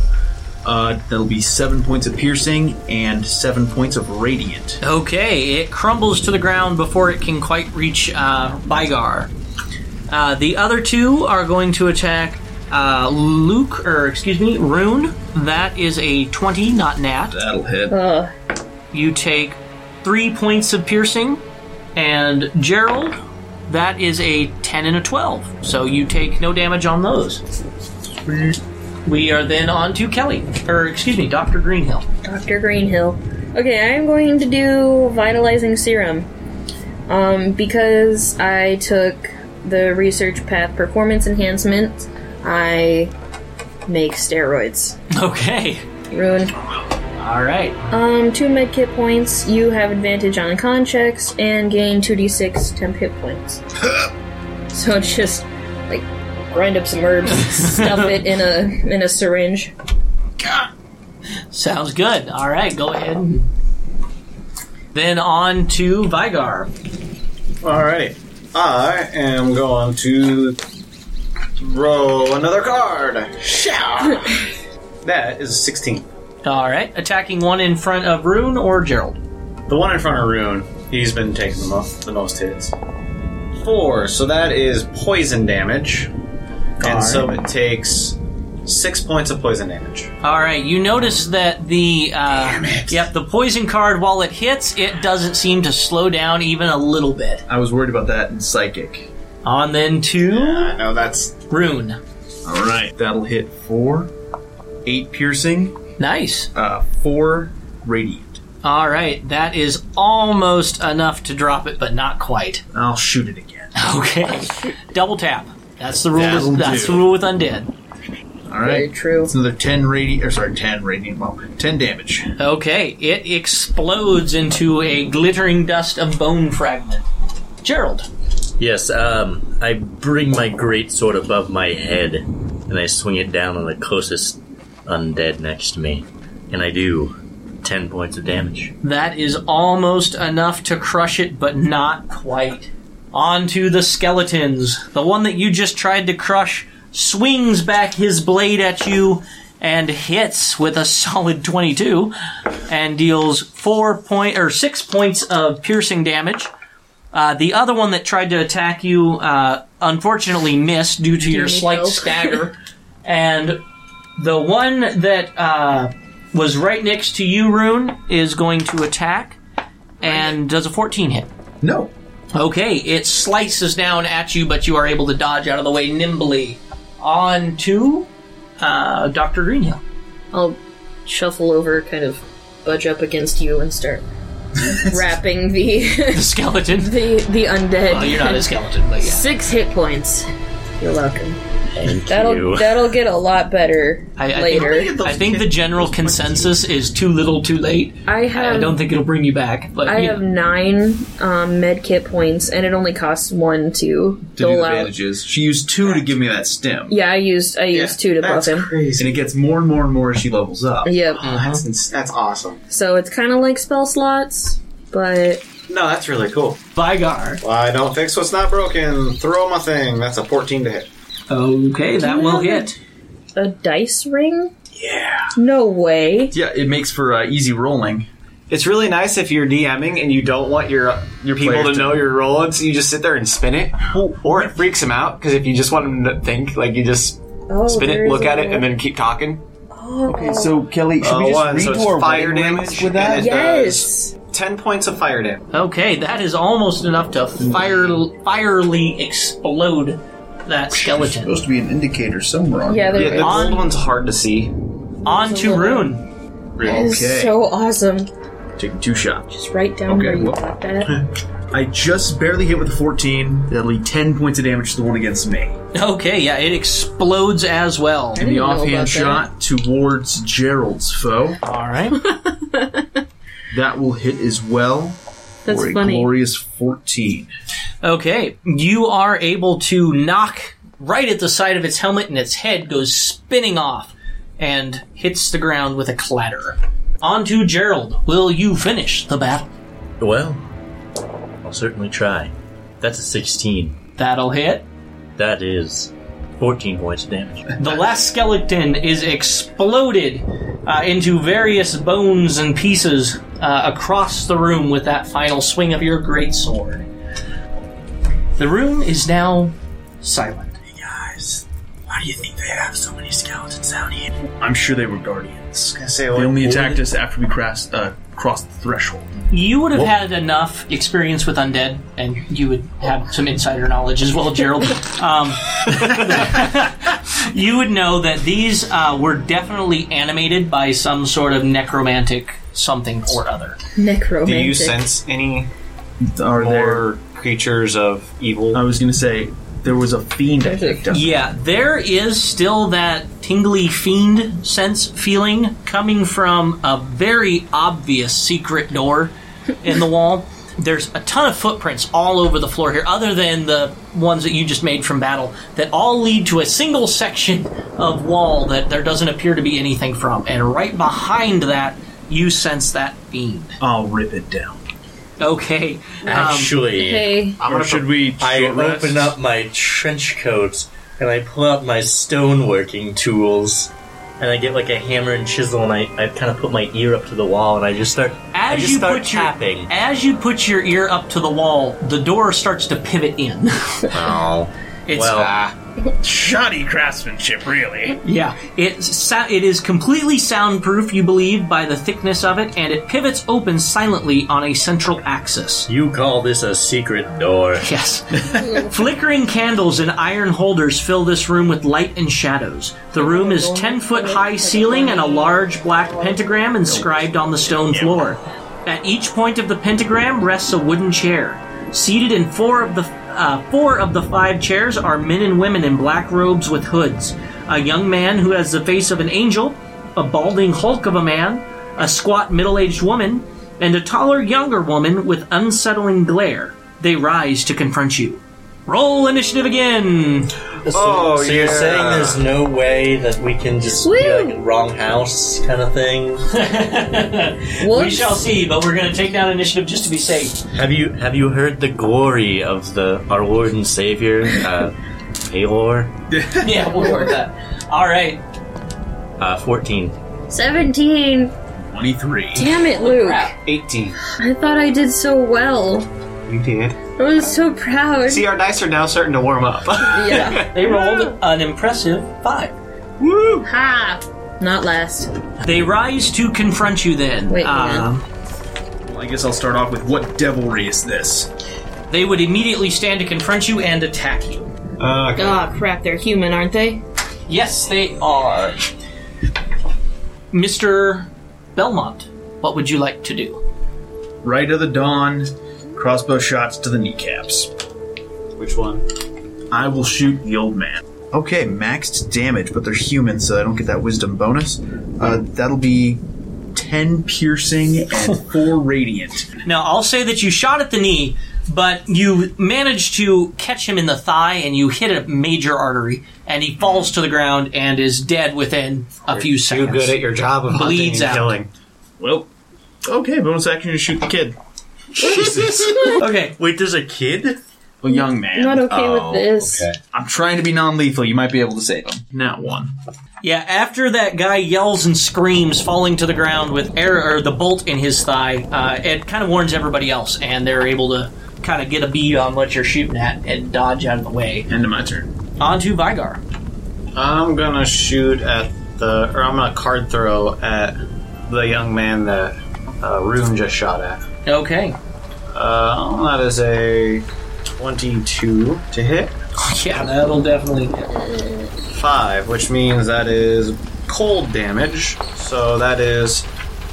S7: Uh, that'll be seven points of piercing and seven points of radiant.
S1: Okay, it crumbles to the ground before it can quite reach uh, Bygar. Uh, the other two are going to attack uh, Luke, or excuse me, Rune. That is a 20, not nat.
S7: That'll hit.
S3: Uh,
S1: You take three points of piercing, and Gerald, that is a 10 and a 12. So you take no damage on those. We are then on to Kelly, or excuse me, Dr. Greenhill.
S3: Dr. Greenhill. Okay, I'm going to do vitalizing serum. Um, because I took the research path performance enhancement, I make steroids.
S1: Okay.
S3: Ruin.
S1: All right.
S3: Um, two medkit points. You have advantage on con checks and gain 2d6 temp hit points. so just like grind up some herbs, stuff it in a in a syringe.
S1: Sounds good. All right, go ahead. Then on to Vigar.
S5: Alrighty. I am going to roll another card. Shout. that is 16.
S1: All right, attacking one in front of Rune or Gerald.
S5: The one in front of Rune, he's been taking the most, the most hits. Four, so that is poison damage. And so it takes six points of poison damage.
S1: All right, you notice that the uh, yep the poison card while it hits, it doesn't seem to slow down even a little bit.
S7: I was worried about that in psychic.
S1: On then to
S5: I know that's
S1: Rune.
S7: All right, that'll hit four, eight piercing,
S1: Nice.
S7: uh, four radiant.
S1: All right, that is almost enough to drop it, but not quite.
S7: I'll shoot it again.
S1: Okay, double tap. That's the rule.
S7: That'll
S1: With, that's
S7: do.
S1: the rule with undead.
S7: All
S3: Very
S7: right,
S3: true.
S7: it's another ten radiant. Or sorry, ten radiant. Well, ten damage.
S1: Okay, it explodes into a glittering dust of bone fragment. Gerald.
S2: Yes, um, I bring my great sword above my head and I swing it down on the closest undead next to me. And I do 10 points of damage.
S1: That is almost enough to crush it, but not quite. On to the skeletons. The one that you just tried to crush swings back his blade at you and hits with a solid 22 and deals four point or six points of piercing damage. Uh, the other one that tried to attack you uh, unfortunately missed due to your
S3: me
S1: slight
S3: help?
S1: stagger, and the one that uh, was right next to you, Rune, is going to attack and does a 14 hit.
S4: No.
S1: Okay, it slices down at you, but you are able to dodge out of the way nimbly. On to uh, Dr. Greenhill.
S3: I'll shuffle over, kind of budge up against you, and start wrapping the
S1: The skeleton.
S3: the the undead.
S1: Well, you're not a skeleton, but yeah.
S3: Six hit points. You're welcome. that'll
S2: you.
S3: that'll get a lot better
S1: I, I
S3: later.
S1: Think, I think the general consensus is too little, too late.
S3: I have
S1: I don't think it'll bring you back, but
S3: Um, I
S1: you-
S3: have nine um, med kit points, and it only costs one to
S4: To do
S3: dole
S4: the
S3: out.
S4: bandages. She used two to give me that stem.
S3: Yeah, I used I used two to buff
S5: that's
S3: him.
S5: crazy.
S4: And it gets more and more and more as she levels up. Oh,
S3: Yep.
S5: That's,
S4: Uh-huh.
S5: ins- that's awesome.
S3: So it's kind of like spell slots, but
S5: No, that's really cool.
S1: Vygar.
S5: I don't fix what's not broken. Throw my thing. That's a 14 to hit.
S1: Okay, that will hit.
S3: a dice ring. Yeah. No way.
S4: Yeah, it makes for uh, easy rolling.
S5: It's really nice if you're DMing and you don't want your your people
S4: Players
S5: to
S4: to-
S5: know you're rolling, so you just sit there and spin it. Or it freaks them out because if you just want them to think, like you just
S3: Oh,
S5: spin it,
S3: there's
S5: look at
S3: a-
S5: it, and then keep talking.
S3: Oh,
S4: Okay, so Kelly, should
S5: Uh,
S4: we just
S5: one,
S4: read
S5: so it's
S4: to our
S5: fire
S4: wedding
S5: damage
S4: rings with that?
S5: and uh, it-
S3: Yes.
S5: 10 points of fire damage.
S1: Okay, that is almost enough to fire, firely explode that skeleton.
S4: supposed to be an indicator somewhere on
S3: Yeah,
S4: here.
S3: there
S5: Yeah,
S3: is.
S5: the gold one's hard to see.
S1: On to Rune.
S3: That is
S4: Okay.
S3: so awesome.
S4: Taking two shots.
S3: Just write down
S4: Okay,
S3: where you
S4: well-
S3: got that.
S4: I just barely hit with a 14. That'll be 10 points of damage to the one against me.
S1: Okay, yeah, it explodes as well.
S3: didn't
S4: The
S3: know about that.
S4: offhand shot towards Gerald's foe.
S1: All right.
S4: That will hit as well.
S3: That's
S4: for a
S3: funny.
S4: glorious 14.
S1: Okay, you are able to knock right at the side of its helmet, and its head goes spinning off and hits the ground with a clatter. On to Gerald. Will you finish the battle?
S2: Well, I'll certainly try. That's a 16.
S1: That'll hit.
S2: That is 14 points of damage.
S1: The last skeleton is exploded uh, into various bones and pieces uh, across the room with that final swing of your greatsword. The room is now silent.
S2: Why do you think they have so many skeletons out here?
S4: I'm sure they were guardians.
S5: I say,
S4: They
S5: like,
S4: only attacked us after we crossed, uh, crossed the threshold.
S1: You would have had enough experience with undead, and you would have some insider knowledge as well, Gerald. Um, you would know that these uh, were definitely animated by some sort of necromantic something or other.
S5: do
S3: Necromantic.
S5: you sense any
S4: Are there?
S5: more creatures of evil?
S4: I was gonna say there was a fiend I picked up.
S1: Yeah, there is still that tingly fiend sense feeling coming from a very obvious secret door in the wall. There's a ton of footprints all over the floor here, other than the ones that you just made from battle, that all lead to a single section of wall that there doesn't appear to be anything from. And right behind that, you sense that fiend.
S4: I'll rip it down.
S1: Okay. Um,
S2: Actually,
S3: Hey,
S5: I'm
S4: Or
S5: gonna
S4: should we?
S2: I
S4: short rest?
S2: open up my trench coat and I pull out my stoneworking tools. And I get like a hammer and chisel, and I, I kind of put my ear up to the wall, and I just start. I
S1: as
S2: just
S1: you
S2: start
S1: put
S2: tapping.
S1: your as you put your ear up to the wall, the door starts to pivot in.
S2: Oh,
S1: It's uh,
S2: well,
S4: shoddy craftsmanship, really.
S1: Yeah, it sa- it is completely soundproof, you believe, by the thickness of it, and it pivots open silently on a central axis.
S2: you call this a secret door?
S1: Yes. Flickering candles in iron holders fill this room with light and shadows. The room is 10 foot high ceiling and a large black pentagram inscribed on the stone floor. At each point of the pentagram rests a wooden chair. Seated in four of the uh, four of the five chairs are men and women in black robes with hoods. A young man who has the face of an angel, a balding hulk of a man, a squat middle-aged woman, and a taller younger woman with unsettling glare. They rise to confront you. Roll initiative again.
S5: Oh,
S2: so you're
S5: yeah.
S2: saying there's no way that we can just be
S3: Woo!
S2: like wrong house kind of thing?
S1: We
S3: whoops.
S1: shall see, but we're going to take down initiative just to be safe.
S2: Have you have you heard the glory of the our Lord and Savior? Uh, Paylor.
S1: yeah, we'll work that. All right.
S2: Uh, 14.
S3: 17!
S4: 23.
S3: Damn it, Luke.
S5: 18.
S3: I thought I did so well.
S5: You did.
S3: I was so proud.
S5: See, our dice are now starting to warm up.
S3: Yeah.
S1: They rolled an impressive five.
S5: Woo!
S3: ha! Not last.
S1: They rise to confront you then. Um,
S3: Wait, hang on.
S4: Well, I guess I'll start off with what devilry is this?
S1: they would immediately stand to confront you and attack you.
S5: Uh, okay.
S3: Aw, Ah, crap, they're human, aren't they?
S1: Yes, they are. Mr. Belmont, what would you like to do?
S4: Right of the dawn, crossbow shots to the kneecaps.
S5: Which one?
S8: I will shoot the old man.
S4: Okay, maxed damage, but they're human, so I don't get that wisdom bonus. Uh, that'll be 10 piercing and 4 radiant.
S1: Now, I'll say that you shot at the knee, but you managed to catch him in the thigh and you hit a major artery, and he falls to the ground and is dead within a few
S5: Too
S1: seconds.
S5: good at your job of hunting
S1: Bleeds
S5: and
S1: out.
S5: killing.
S4: Well, okay, bonus action to shoot the kid.
S1: okay,
S2: Wait, there's a kid?
S8: A young man.
S3: Not okay with this.
S4: I'm trying to be non lethal. You might be able to save him. Not one.
S1: Yeah, after that guy yells and screams, falling to the ground with air or the bolt in his thigh, uh, it kind of warns everybody else, and they're able to kind of get a bead on what you're shooting at and dodge out of the way.
S4: End of my turn.
S1: Onto Vigar.
S5: I'm gonna shoot at the, or I'm gonna card throw at the young man that uh, Rune just shot at.
S1: Okay.
S5: Uh, that is a 22 to hit.
S1: Yeah, that'll definitely.
S5: 5, which means that is cold damage. So that is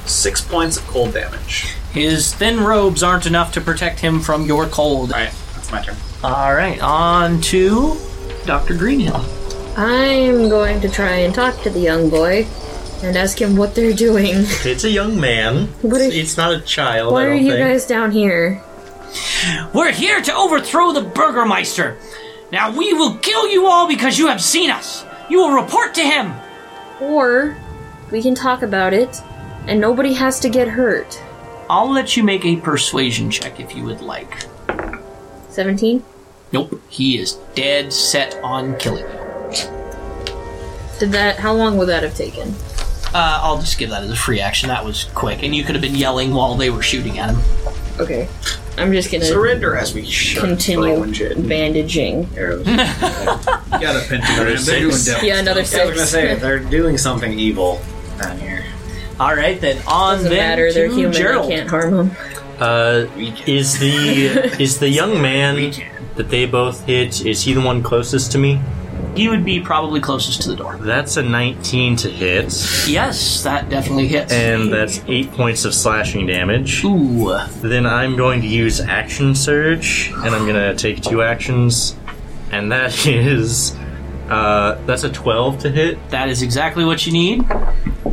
S5: 6 points of cold damage.
S1: His thin robes aren't enough to protect him from your cold.
S5: Alright, that's my turn.
S1: All right, on to Dr. Greenhill.
S3: I'm going to try and talk to the young boy and ask him what they're doing.
S2: It's a young man.
S3: What
S2: it's,
S3: if-
S2: it's not a child, I
S3: Why are
S2: don't
S3: you
S2: think.
S3: guys down here?
S9: We're here to overthrow the Burgermeister. Now we will kill you all because you have seen us. You will report to him.
S3: Or we can talk about it and nobody has to get hurt.
S1: I'll let you make a persuasion check if you would like.
S3: 17?
S1: Nope, Uh, he is dead set on killing you.
S3: Did that how long would that have taken?
S1: Uh, I'll just give that as a free action. That was quick, and you could have been yelling while they were shooting at him.
S3: Okay. I'm just gonna
S5: Surrender as we
S3: continue bandaging.
S4: Got a pentagram. They're doing devil.
S3: Yeah, another
S5: I was gonna
S3: six.
S5: say, if they're doing something evil down here.
S1: All right, then on
S3: Doesn't
S1: then
S3: matter,
S1: to
S3: they're human,
S1: Gerald.
S3: they can't harm them.
S2: Uh, is the is the young man that they both hit? Is he the one closest to me?
S1: He would be probably closest to the door.
S2: That's a 19 to hit,
S1: Yes, that definitely hits.
S2: and that's eight points of slashing damage.
S1: Ooh,
S2: Then I'm going to use action surge, and I'm gonna take two actions, and that is. Uh, that's a 12 to hit,
S1: that is exactly what you need.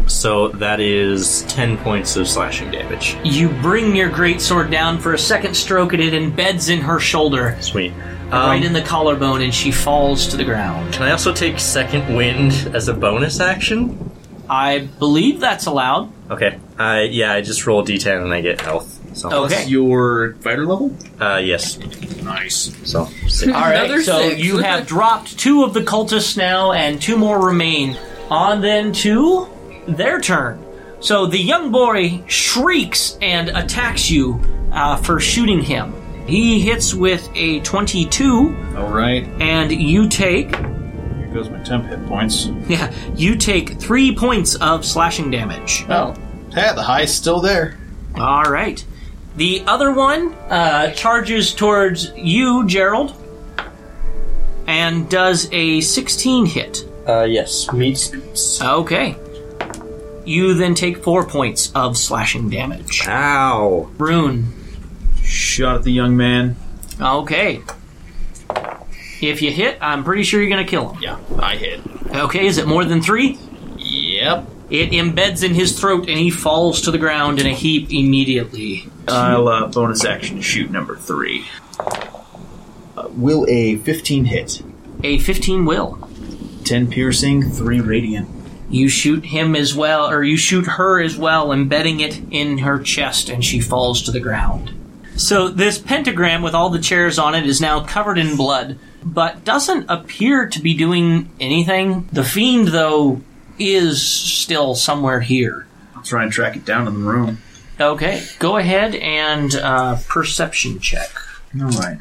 S2: so that is 10 points of slashing damage.
S1: You bring your great sword down for a second stroke, and it embeds in her shoulder,
S2: Sweet.
S1: right
S2: Um,
S1: in the collarbone, and she falls to the ground.
S2: Can I also take second wind as a bonus action?
S1: I believe that's allowed.
S2: Okay. Uh, yeah, I just roll d10 and I get health. So,
S1: Okay.
S4: Your fighter level?
S2: Uh, yes.
S4: Nice.
S2: So six.
S1: All right,
S3: Another
S1: so
S3: six.
S1: you have dropped two of the cultists now, and two more remain. On then to their turn. So the young boy shrieks and attacks you uh, for shooting him. He hits with a 22,
S4: Alright.
S1: and you take
S4: Here goes my temp hit points.
S1: yeah you take three points of slashing damage.
S3: Oh.
S4: Hey, the high's still there.
S1: All right. The other one uh, charges towards you, Gerald, and does a 16 hit.
S2: Uh, yes. Meets.
S1: Okay. You then take four points of slashing damage.
S2: Ow.
S1: Rune.
S4: Shot at the young man.
S1: Okay. If you hit, I'm pretty sure you're going to kill him.
S4: Yeah, I hit.
S1: Okay, is it more than three?
S4: Yep.
S1: It embeds in his throat and he falls to the ground in a heap immediately.
S4: I'll uh, bonus action to shoot number three. Uh, will a 15 hit?
S1: A 15 will.
S4: 10 piercing, 3 radiant.
S1: You shoot him as well, or you shoot her as well, embedding it in her chest, and she falls to the ground. So this pentagram with all the chairs on it is now covered in blood, but doesn't appear to be doing anything. The fiend, though, is still somewhere here.
S4: I'll try and track it down in the room.
S1: Okay, go ahead and uh, perception check.
S4: All right.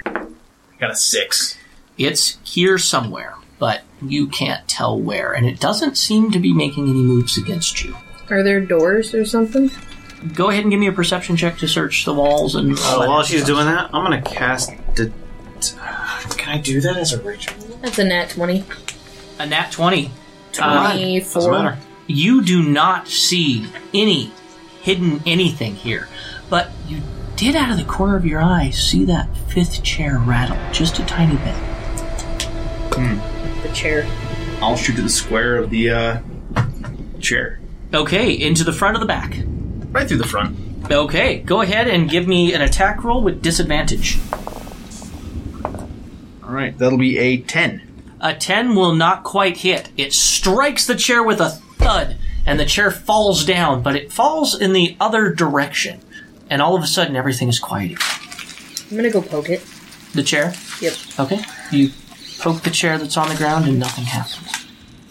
S4: Got a six.
S1: It's here somewhere, but you can't tell where, and it doesn't seem to be making any moves against you.
S3: Are there doors or something?
S1: Go ahead and give me a perception check to search the walls and.
S5: Uh, while she's doing that, I'm gonna cast. De- can I do that as a ritual?
S3: That's a nat 20.
S1: a nat twenty. Uh,
S3: 24.
S5: Doesn't matter.
S1: you do not see any hidden anything here, but you did out of the corner of your eye see that fifth chair rattle just a tiny bit.
S3: The chair.
S4: I'll shoot to the square of the uh, chair.
S1: Okay, into the front of the back.
S4: Right through the front.
S1: Okay, go ahead and give me an attack roll with disadvantage.
S4: All right. That'll be a 10.
S1: A 10 will not quite hit. It strikes the chair with a thud, and the chair falls down, but it falls in the other direction. And all of a sudden, everything is quiet.
S3: I'm gonna go poke it.
S1: The chair?
S3: Yep.
S1: Okay. You poke the chair that's on the ground, and nothing happens.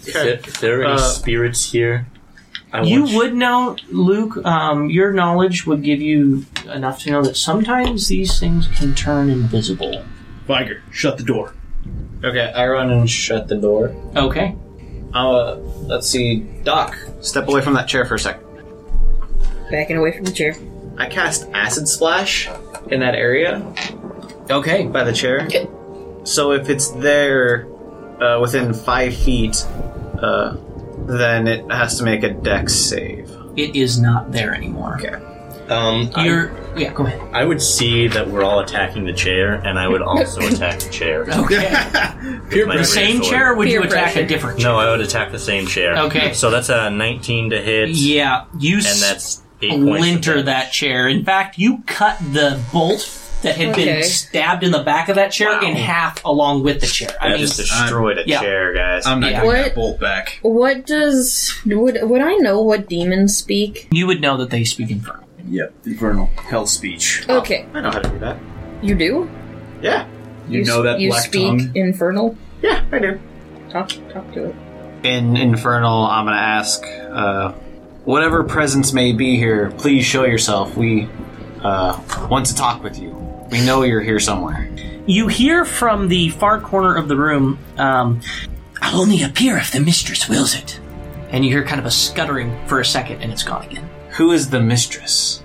S2: If there, if there are any
S5: Uh,
S2: spirits here, I
S1: You
S2: want you-
S1: would know, Luke, um, your knowledge would give you enough to know that sometimes these things can turn invisible.
S4: Viger, shut the door.
S10: Okay, I run and shut the door.
S1: Okay.
S10: Uh, let's see, Doc.
S5: Step away from that chair for a second.
S3: Backing away from the chair.
S5: I cast acid splash
S10: In that area,
S1: Okay.
S5: by the chair. So if it's there uh, within five feet, uh, then it has to make a dex save.
S1: It is not there anymore. Okay.
S2: um, I-
S1: You're. Yeah, go ahead.
S2: I would see that we're all attacking the chair, and I would also attack the chair. Pure
S1: The same chair, or would you
S3: Peer
S1: attack
S3: pressure.
S1: a different chair?
S2: No, I would attack the same chair.
S1: Okay.
S2: So that's a 19 to hit,
S1: Yeah, you
S2: and that's eight points. of
S1: splinter
S2: damage.
S1: that chair. In fact, you cut the bolt that had
S3: Okay.
S1: been stabbed in the back of that chair in half along with the chair. I
S2: That
S1: mean,
S2: just destroyed a
S1: uh, yeah.
S2: chair, guys.
S4: I'm not
S1: Yeah.
S4: getting that
S3: What?
S4: bolt back.
S3: What does. Would, would I know what demons speak?
S1: you would know that they speak infernal.
S4: Yep. Infernal. Hell speech.
S1: Oh.
S3: Okay.
S5: I know how to do that.
S3: You do?
S5: Yeah,
S4: You, know
S3: s-
S4: that
S3: You
S4: black
S3: speak
S4: tongue?
S3: infernal?
S5: yeah, I do.
S3: Talk, talk to it.
S5: In Infernal, I'm going to ask uh, whatever presence may be here, please show yourself. We uh, want to talk with you. We know you're here somewhere.
S1: You hear from the far corner of the room, um, I'll only appear if the mistress wills it. And you hear kind of a scuttering for a second, and it's gone again.
S5: Who is the mistress?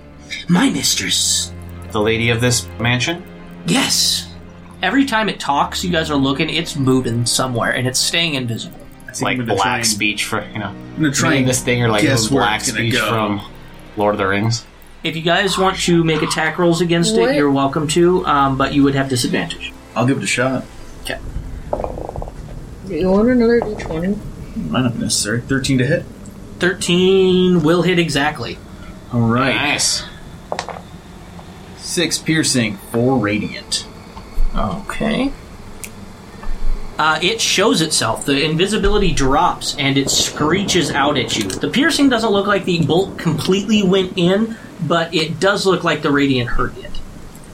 S1: My mistress.
S5: The lady of this mansion?
S1: Yes. Every time it talks, you guys are looking, it's moving somewhere, and it's staying invisible.
S5: Like
S4: I'm gonna try
S5: black
S4: and-
S5: speech for, you know,
S4: I'm gonna try
S5: trying
S4: and
S5: this thing or like
S4: guess
S5: those
S4: where
S5: black
S4: it's gonna
S5: speech
S4: go.
S5: from Lord of the Rings.
S1: If you guys want to make attack rolls against
S3: What?
S1: it, you're welcome to, um, but you would have disadvantage.
S4: I'll give it a shot.
S3: Do you want another d20?
S4: Might not be necessary. 13 to hit.
S1: 13 will hit exactly.
S4: All right.
S5: Nice.
S4: Six piercing, four radiant.
S1: Okay. Uh, it shows itself. The invisibility drops and it screeches out at you. The piercing doesn't look like the bolt completely went in, but it does look like the radiant hurt it.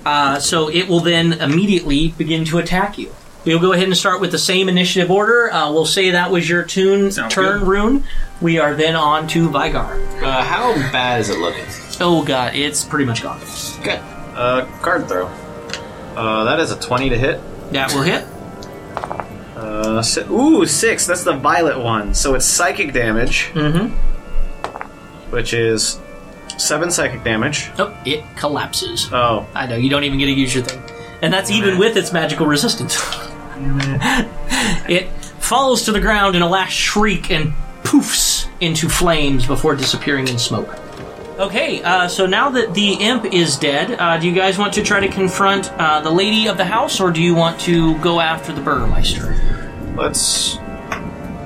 S1: Uh, so it will then immediately begin to attack you. We'll go ahead and start with the same initiative order. Uh, we'll say that was your tune,
S4: Sounds
S1: turn
S4: good.
S1: rune. We are then on to Vigar.
S5: Uh, how bad is it looking?
S1: Oh god, it's pretty much gone.
S5: Good. Uh, card throw. Uh, that is a 20 to hit.
S1: That will hit.
S5: Uh, si- ooh, six. That's the violet one. So it's psychic damage.
S1: Mhm.
S5: Which is seven psychic damage.
S1: Oh, it collapses.
S5: Oh,
S1: I know, you don't even get to use your thing. And that's even with its magical resistance. it falls to the ground in a last shriek and poofs into flames before disappearing in smoke. Okay, uh, so now that the imp is dead, uh, do you guys want to try to confront uh, the lady of the house, or do you want to go after the burgermeister?
S5: let's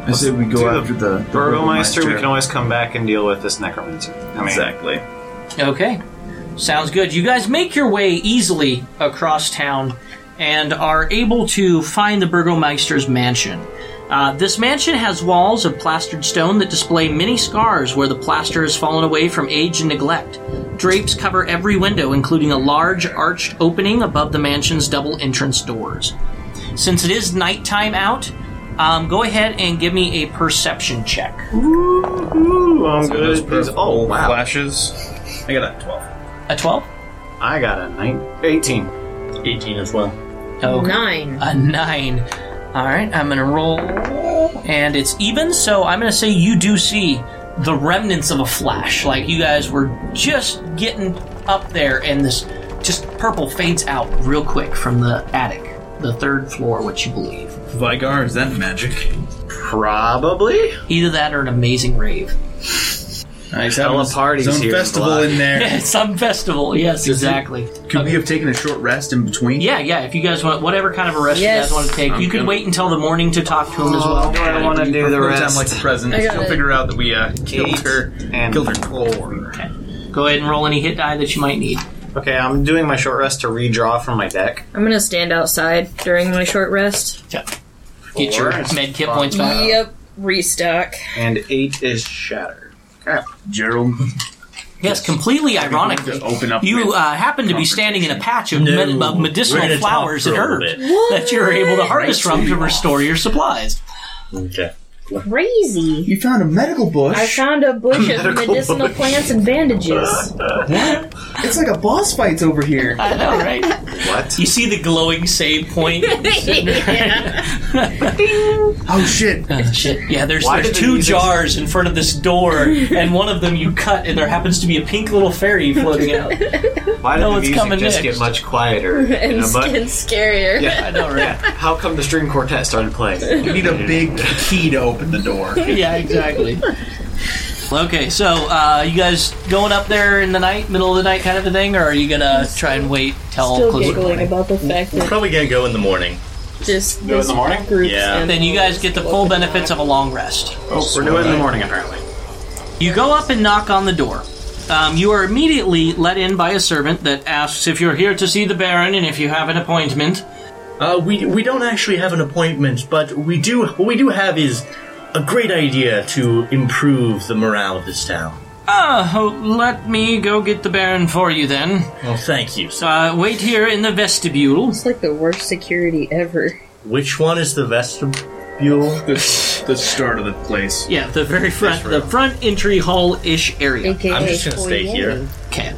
S4: I say we go
S5: do
S4: after the, the
S5: Burgomeister. We
S4: Burgomeister.
S5: can always come back and deal with this necromancer. I mean,
S4: Exactly.
S1: Okay, sounds good. You guys make your way easily across town and are able to find the burgomeister's mansion. Uh, this mansion has walls of plastered stone that display many scars where the plaster has fallen away from age and neglect. Drapes cover every window, including a large arched opening above the mansion's double entrance doors. Since it is nighttime out, um, go ahead and give me a perception check.
S5: Ooh, I'm good. at these- Oh, wow.
S4: Flashes. I got a 12.
S1: A 12?
S5: I got a nine, 18.
S2: 18 as well.
S1: Oh,
S3: Nine.
S1: A nine. All right, I'm gonna roll, and it's even. So I'm gonna say you do see the remnants of a flash. Like you guys were just getting up there, and this just purple fades out real quick from the attic, the third floor, what you believe.
S4: Vigar, is that magic?
S5: Probably.
S1: Either that or an amazing rave.
S5: Nice. Hella parties
S4: Zone
S5: here. in
S4: festival
S5: July.
S4: in there.
S1: Some festival. Yes, exactly.
S7: Could we have taken a short rest in between?
S1: Yeah, yeah. If you guys want whatever kind of a rest you
S3: Yes.
S1: guys want to take, you could
S4: gonna-
S1: wait until the morning to talk to him as well.
S5: Oh, do I want to do the
S4: No time like
S5: rest?
S4: the present.
S3: I got
S4: She'll
S3: it.
S4: figure out that we uh, killed
S5: Eight
S4: her.
S5: and-
S4: Killed her core.
S1: Go ahead and roll any hit die that you might need.
S5: Okay, I'm doing my short rest to redraw from my deck.
S3: I'm gonna stand outside during my short rest.
S1: Get your
S5: Four is
S1: med kit
S5: fine.
S1: points back.
S3: Yep. Restock.
S5: And eight is shatter.
S4: Gerald.
S1: Yes, completely ironically.
S4: Open up.
S1: You uh, happen to be standing in a patch of med-
S2: No,
S1: of
S2: we're
S1: medicinal
S2: gonna
S1: flowers
S2: talk
S1: and
S2: for a
S1: herbs
S2: little
S1: that you're able to harvest from to restore your supplies.
S2: Okay.
S3: Crazy.
S7: You found a medical bush.
S3: I found a bush of medicinal plants and bandages.
S7: it's like a boss fight over here.
S1: I know, right?
S5: What?
S1: You see the glowing save point?
S7: Oh shit.
S1: Oh, shit. Yeah, there's,
S5: Why
S1: there's
S5: did the
S1: two
S5: music-
S1: jars in front of this door, and one of them you cut, and there happens to be a pink little fairy floating out.
S5: Why did
S1: No,
S5: the
S1: it's
S5: music
S1: coming
S5: just
S1: next.
S5: get much quieter?
S3: and
S5: in a bu-
S3: skin scarier.
S5: Yeah,
S1: I know, right?
S5: How come the string quartet started playing?
S7: You need a big key to open the door.
S1: yeah, exactly. Okay, so uh, you guys going up there in the night, middle of the night, kind of a thing, or are you gonna try and wait till
S3: Still
S1: close to
S3: giggling
S1: morning?
S3: about the fact that
S2: Probably gonna go in the morning.
S3: just
S5: Do it in the morning?
S3: group
S2: Yeah.
S1: Then you guys get the full benefits of a long rest.
S5: Oh, we're doing it in the morning, apparently.
S1: You go up and knock on the door. Um, you are immediately let in by a servant that asks if you're here to see the Baron and if you have an appointment.
S2: Uh, we we don't actually have an appointment, but we do. What we do have is a great idea to improve the morale of this town.
S1: Oh, let me go get the Baron for you then.
S2: Well, thank you. So,
S1: Uh, wait here in the vestibule.
S3: It's like the worst security ever.
S2: which one is the vestibule?
S4: The, the start of the place.
S1: Yeah, the very front, the front entry hall ish area.
S3: AKA
S2: I'm just gonna stay
S3: foyer.
S2: here.
S1: Okay.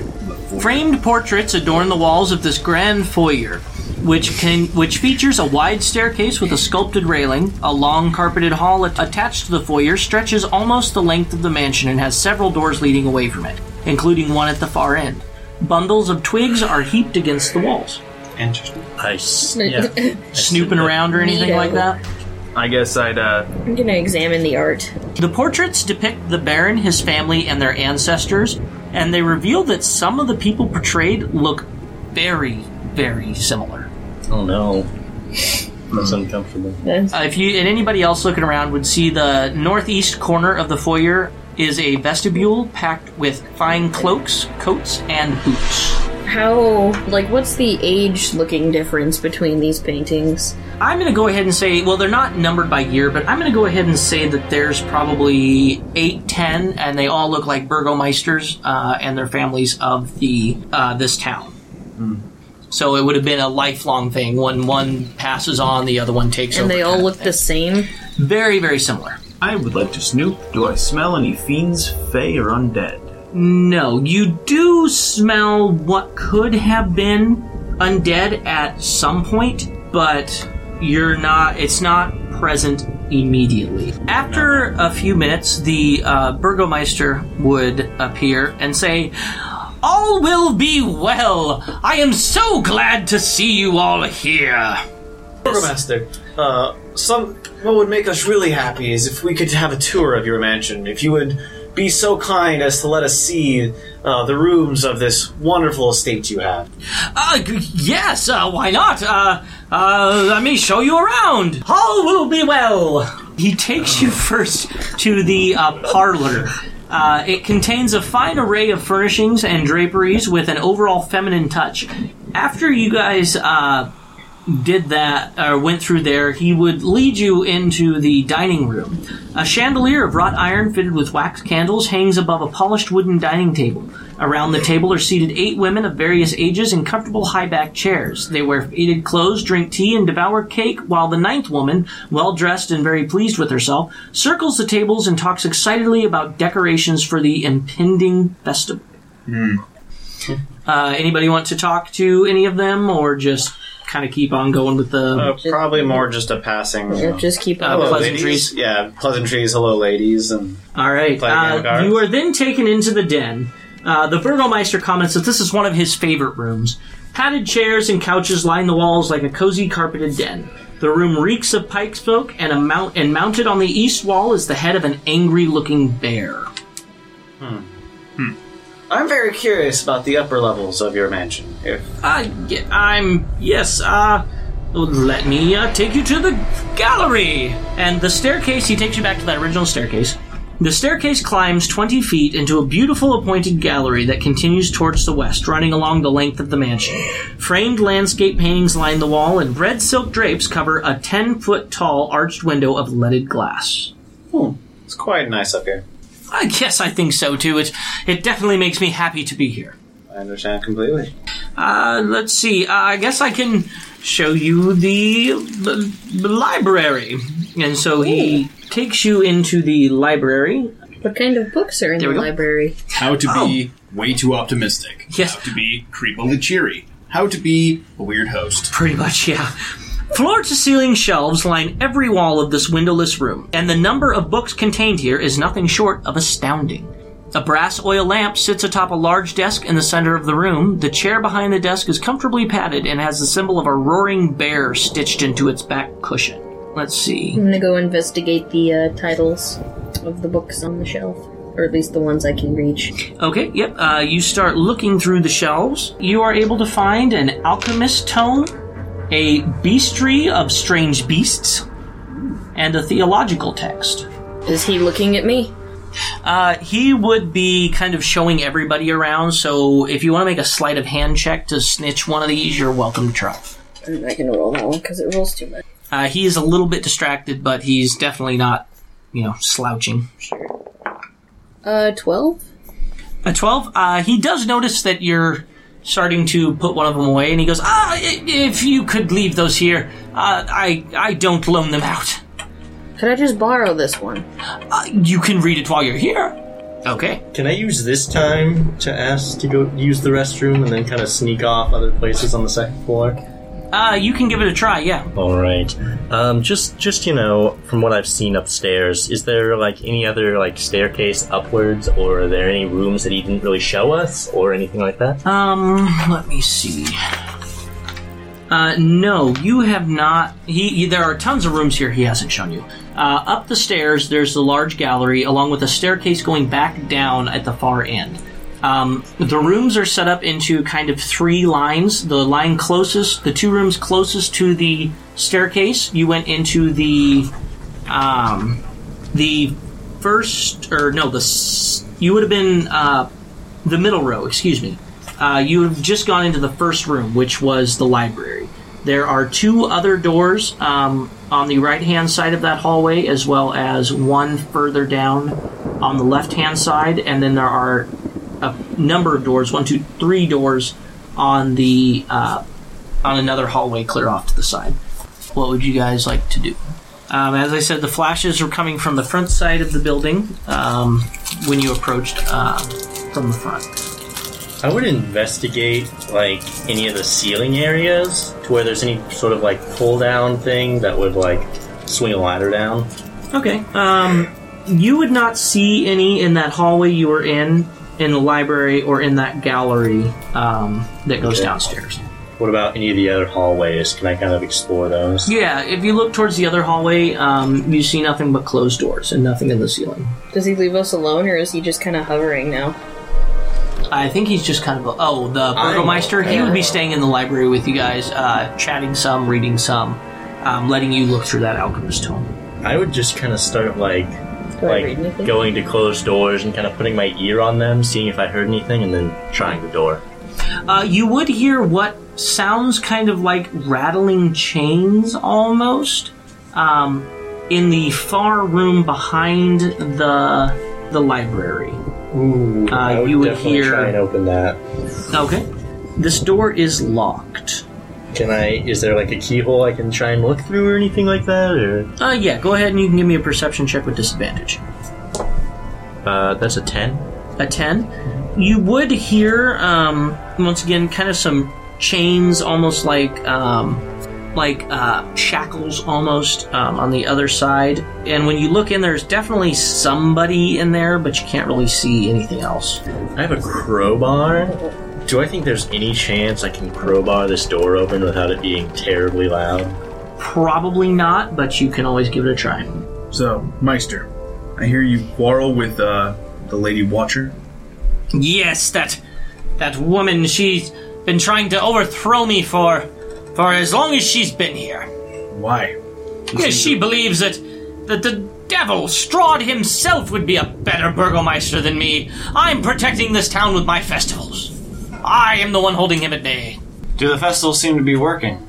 S1: Framed portraits adorn the walls of this grand foyer, which can which features a wide staircase with a sculpted railing. A long carpeted hall at- attached to the foyer stretches almost the length of the mansion and has several doors leading away from it, including one at the far end. Bundles of twigs are heaped against the walls.
S5: Interesting.
S2: I s- yeah.
S1: Snooping around or anything
S3: Neato.
S1: like that?
S4: I guess I'd uh,
S3: I'm gonna examine the art.
S1: The portraits depict the Baron, his family, and their ancestors, and they reveal that some of the people portrayed look very, very similar.
S2: Oh no, that's uncomfortable.
S3: That's
S1: Uh, if you and anybody else looking around would see the northeast corner of the foyer is a vestibule packed with fine cloaks, coats, and boots.
S3: how like what's the age looking difference between these paintings?
S1: I'm going to go ahead and say, well, they're not numbered by year, but I'm going to go ahead and say that there's probably eight, ten, and they all look like burgomeisters uh, and their families of the uh, this town. So it would have been a lifelong thing. When one passes on, the other one takes
S3: And
S1: over.
S3: they all
S1: kind of
S3: look
S1: thing.
S3: the same.
S1: very, very similar.
S7: I would like to snoop. Do I smell any fiends, fey, or undead?
S1: No, you do smell what could have been undead at some point, but you're not. It's not present immediately. After a few minutes, the uh, Burgomeister would appear and say. All will be well. I am so glad to see you all here.
S5: Burgomaster, uh, some what would make us really happy is if we could have a tour of your mansion. If you would be so kind as to let us see uh, the rooms of this wonderful estate you have.
S1: Uh, g- yes, uh, why not? Uh, uh, let me show you around. All will be well. He takes you first to the uh, parlor. Uh, it contains a fine array of furnishings and draperies with an overall feminine touch. After you guys uh, did that or went through there, he would lead you into the dining room. A chandelier of wrought iron fitted with wax candles hangs above a polished wooden dining table. Around the table are seated eight women of various ages in comfortable high backed chairs. They wear faded clothes, drink tea, and devour cake, while the ninth woman, well dressed and very pleased with herself, circles the tables and talks excitedly about decorations for the impending festival. Uh, anybody want to talk to any of them, or just kind of keep on going with the?
S5: Uh, probably more just a passing.
S3: Yep, just keep
S1: Uh,
S3: up.
S5: hello,
S1: pleasantries.
S5: ladies. Yeah, pleasantries. Hello, ladies. And
S1: All right.
S5: Play a game of
S1: Uh,
S5: cards.
S1: you are then taken into the den. Uh, the Burgomeister comments that this is one of his favorite rooms. Padded chairs and couches line the walls like a cozy carpeted den. The room reeks of pike smoke, and, a mount- and mounted on the east wall is the head of an angry looking bear.
S5: I'm very curious about the upper levels of your mansion. If
S1: I, am Uh, yes, uh, let me uh, take you to the gallery. And the staircase, he takes you back to that original staircase. The staircase climbs 20 feet into a beautiful appointed gallery that continues towards the west, running along the length of the mansion. Framed landscape paintings line the wall, and red silk drapes cover a 10 foot tall arched window of leaded glass.
S5: it's quite nice up here,
S1: I guess I think so too. It, it definitely makes me happy to be here.
S5: I understand completely.
S1: Uh, let's see. Uh, I guess I can show you the, the, the library. And so he takes you into the library.
S3: What kind of books are in
S1: There
S3: the
S1: we go.
S3: library?
S4: How to be
S1: Oh.
S4: way too optimistic.
S1: Yes.
S4: How to be creepily cheery. How to be a weird host.
S1: Pretty much, yeah. Floor to ceiling shelves line every wall of this windowless room, and the number of books contained here is nothing short of astounding. A brass oil lamp sits atop a large desk in the center of the room. The chair behind the desk is comfortably padded and has the symbol of a roaring bear stitched into its back cushion. Let's see.
S3: I'm gonna go investigate the uh, titles of the books on the shelf, or at least the ones I can reach.
S1: Okay, yep. Uh, you start looking through the shelves. You are able to find an alchemist tome, a beastry of strange beasts, and a theological text.
S3: Is he looking at me?
S1: Uh, he would be kind of showing everybody around, so if you want to make a sleight of hand check to snitch one of these, you're welcome to try.
S3: I'm not gonna roll that one because it rolls too much.
S1: Uh, he is a little bit distracted, but he's definitely not, you know, slouching.
S3: Uh, twelve.
S1: A 12, uh, he does notice that you're starting to put one of them away, and he goes, Ah, i- if you could leave those here, uh, I, I don't loan them out.
S3: Could I just borrow this one?
S1: Uh, you can read it while you're here. Okay.
S2: Can I use this time to ask to go use the restroom and then kind of sneak off other places on the second floor?
S1: Uh, you can give it a try, yeah.
S2: All right. Um, just, just you know, from what I've seen upstairs, is there like any other like staircase upwards, or are there any rooms that he didn't really show us, or anything like that?
S1: Um, let me see. Uh, no, you have not. He, he- there are tons of rooms here he hasn't shown you. Uh, up the stairs, there's the large gallery, along with a staircase going back down at the far end. Um, the rooms are set up into kind of three lines. The line closest, the two rooms closest to the staircase, you went into the, um, the first or no, the s- you would have been uh, the middle row. Excuse me. Uh, you have just gone into the first room, which was the library. There are two other doors um, on the right hand side of that hallway, as well as one further down on the left hand side, and then there are a number of doors one, two, three doors on the uh, on another hallway clear off to the side. What would you guys like to do? Um, as I said, the flashes were coming from the front side of the building um, when you approached uh, from the front.
S2: I would investigate like any of the ceiling areas to where there's any sort of like pull down thing that would like swing a ladder down.
S1: Okay. Um, you would not see any in that hallway you were in, in the library, or in that gallery um, that goes
S2: Okay.
S1: downstairs.
S2: What about any of the other hallways? Can I kind of explore those?
S1: Yeah, if you look towards the other hallway, um, you see nothing but closed doors and nothing in the ceiling.
S3: Does he leave us alone, or is he just kind of hovering now?
S1: I think he's just kind of a, oh the
S2: I'm
S1: burgomeister. He would be staying in the library with you guys, uh, chatting some, reading some, um, letting you look through that alchemist tome.
S2: I would just kind of start like
S3: Do I read
S2: like
S3: anything?
S2: going to closed doors and kind of putting my ear on them, seeing if I heard anything, and then trying the door.
S1: Uh, you would hear what sounds kind of like rattling chains almost um, in the far room behind the the library.
S2: Uh,
S11: Ooh, I would
S1: you would
S11: definitely
S1: hear-
S11: try and open that.
S1: Okay. This door is locked.
S2: Can I? Is there like a keyhole I can try and look through or anything like that? Or
S1: Uh, yeah, go ahead and you can give me a perception check with disadvantage.
S2: uh, that's a ten.
S1: a 10 you would hear um, once again kind of some chains almost like um, like uh, shackles almost um, on the other side and when you look in there's definitely somebody in there but you can't really see anything else
S2: I have a crowbar. Do I think there's any chance I can crowbar this door open without it being terribly loud?
S1: probably not but you can always give it a try
S4: So, Meister, I hear you quarrel with uh, the Lady Watcher.
S1: yes that that woman she's been trying to overthrow me for for as long as she's been here
S4: Why?
S1: Yes, she believes that that the devil Strahd himself would be a better burgomeister than me. I'm protecting this town with my festivals. I am the one holding him at bay.
S5: Do the festivals seem to be working?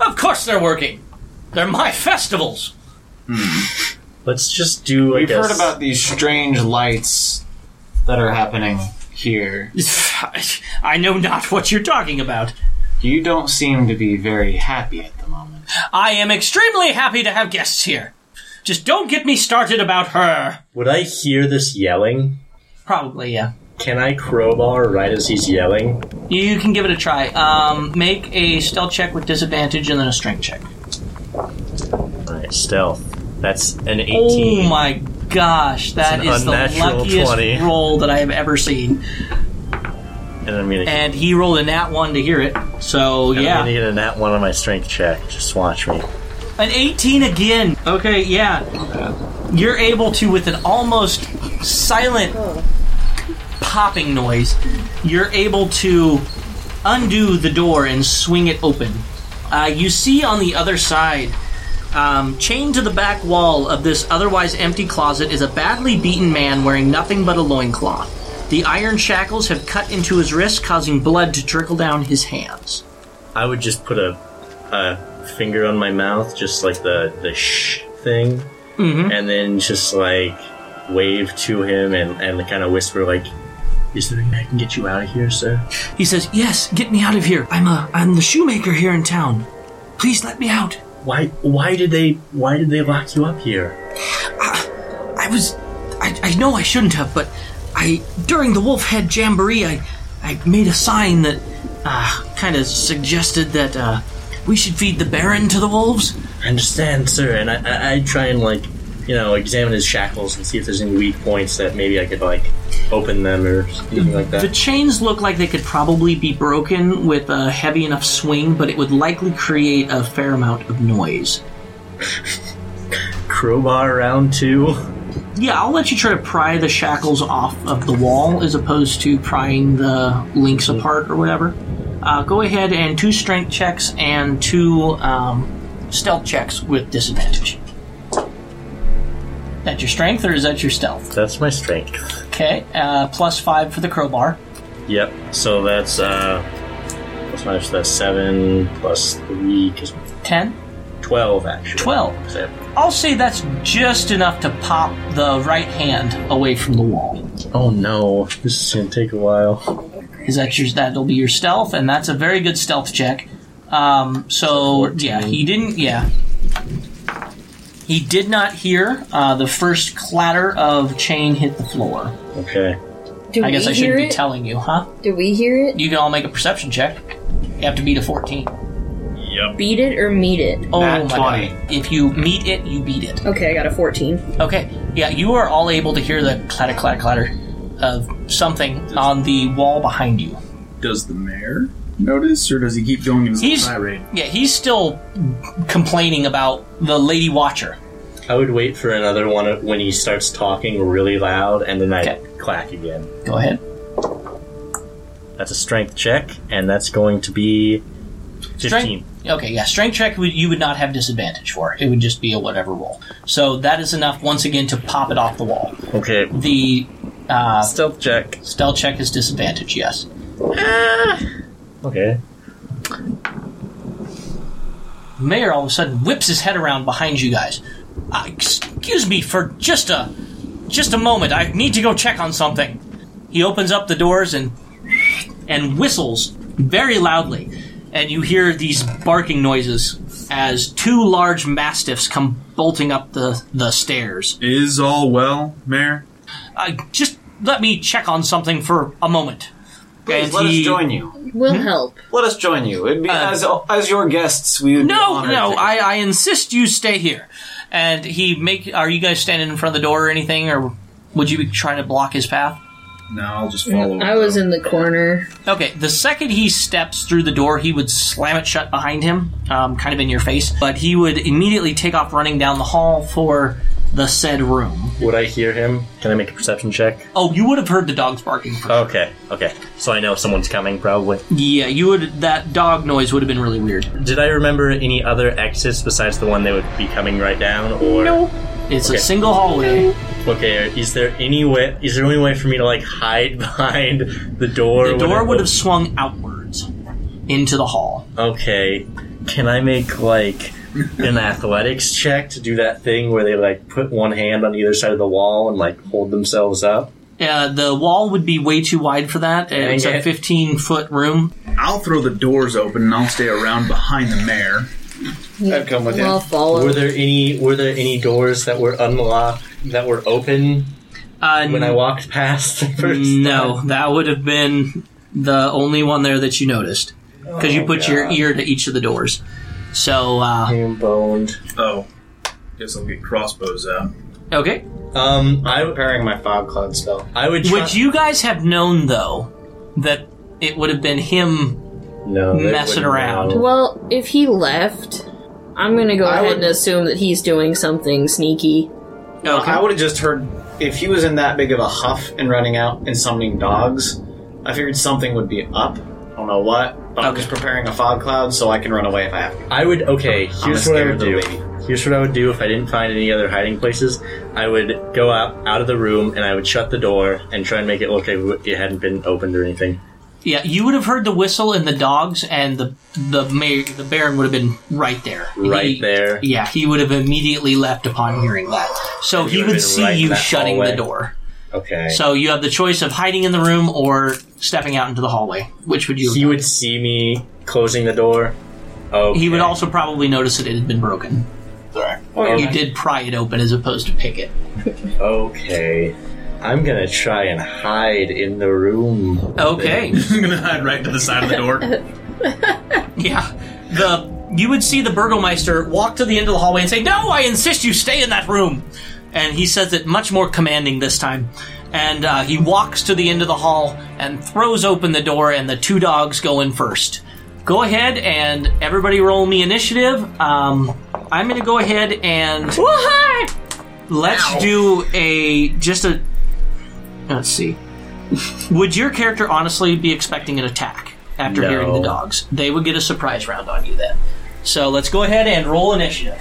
S1: Of course they're working. They're my festivals.
S2: Let's just do. I
S5: We've
S2: guess,
S5: heard about these strange lights that are happening here.
S1: I know not what you're talking about.
S5: You don't seem to be very happy at the moment.
S1: I am extremely happy to have guests here. Just don't get me started about her.
S2: Would I hear this yelling?
S1: Probably, yeah.
S2: Can I crowbar right as he's yelling?
S1: You can give it a try. Um, make a stealth check with disadvantage and then a strength check.
S2: Alright, stealth. That's an
S1: Oh
S2: eighteen.
S1: my gosh, that
S2: an
S1: is the
S2: unnatural
S1: luckiest
S2: 20.
S1: roll that I have ever seen.
S2: And I'm gonna,
S1: And he rolled a nat one to hear it. So
S2: and I'm gonna
S1: Eh, yeah,
S2: get a nat one on my strength check. Just watch me.
S1: an eighteen again. Okay, yeah, you're able to with an almost silent popping noise. You're able to undo the door and swing it open. Uh, you see on the other side Um, chained to the back wall of this otherwise empty closet is a badly beaten man wearing nothing but a loincloth. The iron shackles have cut into his wrists, causing blood to trickle down his hands.
S2: I would just put a, a finger on my mouth, just like the the shh thing, and then just like wave to him and and kind of whisper like, "Is there any way I can get you out of here, sir?"
S1: He says, "Yes, get me out of here. I'm a I'm the shoemaker here in town. Please let me out.
S2: Why why did they why did they lock you up here?
S1: I was I, I know I shouldn't have, but I during the Wolf Head Jamboree, I I made a sign that uh, kind of suggested that uh, we should feed the Baron to the wolves."
S2: I understand, sir, and I I I'd try and like you know examine his shackles and see if there's any weak points that maybe I could like open them or anything like
S1: The
S2: that.
S1: chains look like they could probably be broken with a heavy enough swing, but it would likely create a fair amount of noise.
S2: Crowbar round two.
S1: Yeah, I'll let you try to pry the shackles off of the wall as opposed to prying the links apart or whatever. Uh, go ahead and two strength checks and two um, stealth checks with disadvantage. That your strength or is that your stealth?
S2: That's my strength.
S1: Okay, uh, plus five for the crowbar.
S2: Yep. So that's uh, plus five. So that's seven plus three, just
S1: Ten.
S2: twelve actually.
S1: 12.
S2: So,
S1: I'll say that's just enough to pop the right hand away from the wall.
S2: oh no, this is gonna take a while.
S1: Is that your that'll be your stealth, and that's a very good stealth check. Um, so yeah, he didn't. Yeah, he did not hear uh, the first clatter of chain hit the floor.
S2: Okay.
S3: Do
S1: I
S3: we
S1: guess I
S3: hear
S1: shouldn't be
S3: it?
S1: telling you, huh?
S3: Do we hear it?
S1: You can all make a perception check. You have to beat a fourteen.
S2: Yep.
S3: Beat it or meet it?
S1: Oh
S5: Nat
S1: my
S5: 20.
S1: god! If you meet it, you beat it.
S3: Okay, I got a 14.
S1: Okay, yeah, you are all able to hear the clatter, clatter, clatter of something on the wall behind you.
S4: Does the mayor notice, or does he keep going in his
S1: He's-
S4: tirade?
S1: Yeah, he's still complaining about the Lady Watcher.
S2: I would wait for another one of- when he starts talking really loud, and then I
S1: Okay.
S2: clack again.
S1: Go ahead.
S2: That's a strength check, and that's going to be fifteen.
S1: Strength. Okay, yeah, strength check would, you would not have disadvantage for. It would just be a whatever roll. So that is enough once again to pop it off the wall.
S2: Okay.
S1: The uh,
S2: Stealth check.
S1: stealth check is disadvantage. Yes.
S2: Okay.
S1: Mayor all of a sudden whips his head around behind you guys. Uh, excuse me for just a just a moment. I need to go check on something. He opens up the doors and and whistles very loudly, and you hear these barking noises as two large mastiffs come bolting up the the stairs.
S4: Is all well, Mayor?
S1: Uh, just let me check on something for a moment.
S5: Please
S1: And
S5: let
S1: he-
S5: us join you.
S1: Hmm?
S3: We'll help.
S5: Let us join you. It'd be
S1: Uh,
S5: as as your guests. We would be
S1: No,
S5: honored
S1: no,
S5: to-
S1: I, I insist you stay here. And he make. Are you guys standing in front of the door or anything, or would you be trying to block his path?
S4: No, I'll just follow.
S3: I was in the corner.
S1: Okay, the second he steps through the door, he would slam it shut behind him, um, kind of in your face. But he would immediately take off running down the hall for the said room.
S2: Would I hear him? Can I make a perception check?
S1: Oh, you would have heard the dogs barking.
S2: Okay, okay. So I know someone's coming, probably.
S1: Yeah, you would. That dog noise would have been really weird.
S2: Did I remember any other exits besides the one that would be coming right down, or
S1: It's a
S2: Okay.
S1: single hallway.
S2: okay? Is there any way? Is there any way for me to like hide behind the door?
S1: The
S2: when
S1: door
S2: it
S1: would have
S2: opens?
S1: swung outwards into the hall.
S2: Okay, can I make like an athletics check to do that thing where they like put one hand on either side of the wall and like hold themselves up?
S1: Uh, the wall would be way too wide for that. Uh, it's
S2: Dang
S1: a
S2: it.
S1: 15 foot room.
S7: I'll throw the doors open and I'll stay around behind the mayor.
S4: I'd come with
S3: We'll
S4: him.
S3: follow.
S2: Were there any Were there any doors that were unlocked that were open
S1: Uh,
S2: when I walked past the first?
S1: no, that would have been the only one there that you noticed because
S2: Oh,
S1: you put your ear to each of the doors. So uh,
S2: Ham boned.
S7: Oh. Guess I'll get crossbows out.
S1: okay,
S2: Um, I
S5: preparing my fog cloud spell.
S2: I would. Try-
S1: would you guys have known though that it would have been him?
S2: no, they
S1: messing
S2: wouldn't
S1: around.
S2: know.
S3: Well, if he left, I'm gonna go ahead and assume that he's doing something sneaky.
S1: Okay,
S5: I would have just heard if he was in that big of a huff and running out and summoning dogs. I figured something would be up. I don't know what, but I'm
S1: Okay.
S5: just preparing a fog cloud so I can run away if I have to.
S2: I would. Okay, here's what I
S5: scared
S2: would do.
S5: little baby.
S2: Here's what I would do if I didn't find any other hiding places. I would go out out of the room and I would shut the door and try and make it look like it hadn't been opened or anything.
S1: yeah, you would have heard the whistle and the dogs, and the the mayor, the baron would have been right there,
S2: Right
S1: He-
S2: there.
S1: Yeah, he would have immediately left upon hearing that. So he
S2: would have
S1: would
S2: been
S1: see
S2: right in
S1: you
S2: that
S1: shutting the
S2: hallway.
S1: door.
S2: Okay.
S1: So you have the choice of hiding in the room or stepping out into the hallway. Which would you?
S2: he would see me closing the door. Oh,
S1: He would also probably notice that it had been broken.
S2: Oh,
S1: You did pry it open as opposed to pick it.
S2: Okay. I'm gonna try and hide in the
S1: Oh,
S2: room.
S1: Okay.
S7: I'm gonna hide right to the side of the door.
S1: yeah. The you would see the burgomeister walk to the end of the hallway and say, "No, I insist you stay in that room." And he says it much more commanding this time. And uh, he walks to the end of the hall and throws open the door, and the two dogs go in first. Go ahead and everybody roll me initiative. Um, I'm going to go ahead and let's do a just a. Let's see. Would your character honestly be expecting an attack after
S2: No.
S1: hearing the dogs? They would get a surprise round on you then. So let's go ahead and roll initiative.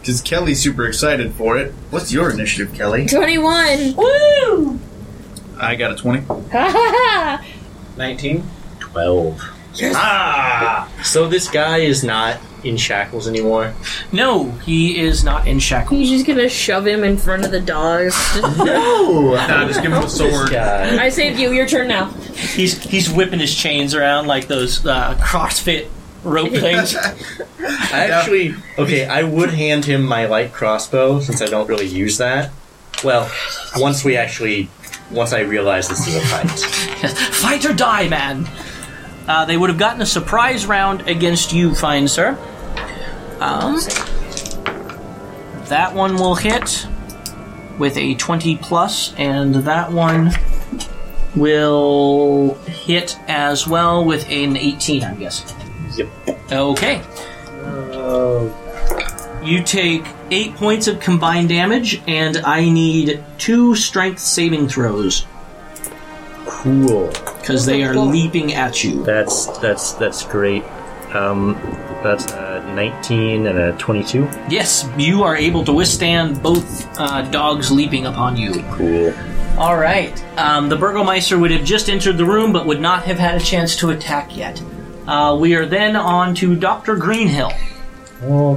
S4: Because Kelly's super excited for it. What's your initiative, Kelly?
S3: 21!
S1: Woo!
S4: I got a 20.
S3: Ha ha ha!
S5: 19.
S2: 12. Ah! So this guy is not in shackles anymore.
S1: No, he is not in shackles.
S3: You just gonna shove him in front of the dogs.
S2: Oh!
S4: Nah, just give him a sword.
S2: Guy.
S3: I saved you, your turn now.
S1: He's he's whipping his chains around like those uh, CrossFit rope things.
S2: I actually. Okay, I would hand him my light crossbow since I don't really use that. Well, once we actually. Once I realize this is a fight.
S1: Fight or die, man. Uh, they would have gotten a surprise round against you, fine sir. Um, that one will hit with a 20 plus, and that one will hit as well with an 18, I'm guessing.
S2: Yep.
S1: Okay. You take eight points of combined damage, and I need two strength saving throws
S2: Cool.
S1: because they are leaping at you.
S2: That's that's that's great. Um,
S12: That's a 19 and a 22.
S1: Yes, you are able to withstand both uh, dogs leaping upon you.
S12: Cool.
S1: All right. Um, the Burgomeister would have just entered the room, but would not have had a chance to attack yet. Uh, we are then on to Doctor Greenhill.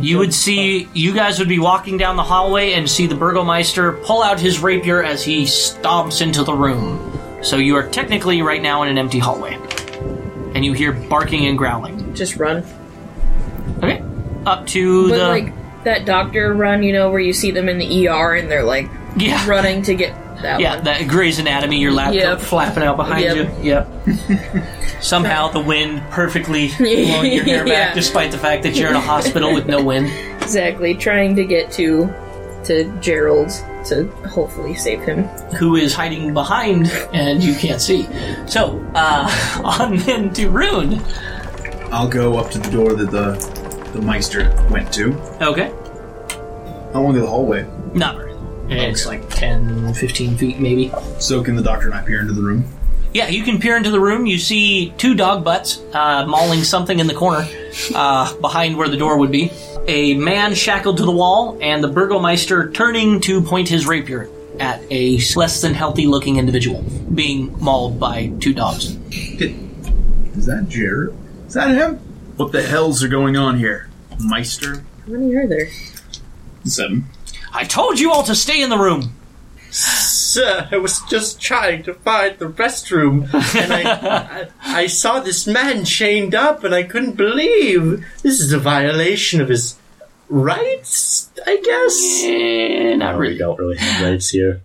S1: You would see, you guys would be walking down the hallway and see the Burgomeister pull out his rapier as he stomps into the room. So you are technically right now in an empty hallway, and you hear barking and growling.
S3: Just run.
S1: Okay, up to
S3: But
S1: the
S3: like that doctor run, you know, where you see them in the ER and they're like
S1: yeah.
S3: running to get that
S1: Yeah,
S3: one.
S1: that Grey's Anatomy, your lap
S3: Yep.
S1: flapping out behind
S3: Yep.
S1: you. Yep. Somehow the wind perfectly blowing your hair back,
S3: Yeah.
S1: despite the fact that you're in a hospital with no wind.
S3: exactly. Trying to get to to Gerald to hopefully save him.
S1: Who is hiding behind, and you can't see. So, uh, on then to Rune.
S4: I'll go up to the door that the the Meister went to.
S1: Okay,
S4: How long is the hallway?
S1: not very long. It's like 10, 15 feet, maybe.
S4: So can the doctor and I peer into the room?
S1: Yeah, you can peer into the room. You see two dog butts uh, mauling something in the corner uh, behind where the door would be. A man shackled to the wall, and the Burgomeister turning to point his rapier at a less than healthy looking individual being mauled by two dogs.
S4: Is that Jared? Is that him? What the hells are going on here, Meister?
S3: How many are there?
S4: Seven.
S1: I told you all to stay in the room!
S2: Sir, I was just trying to find the restroom, and I, I, I saw this man chained up, and I couldn't believe this is a violation of his rights. I guess,
S12: Eh, Not really. We don't really have rights here.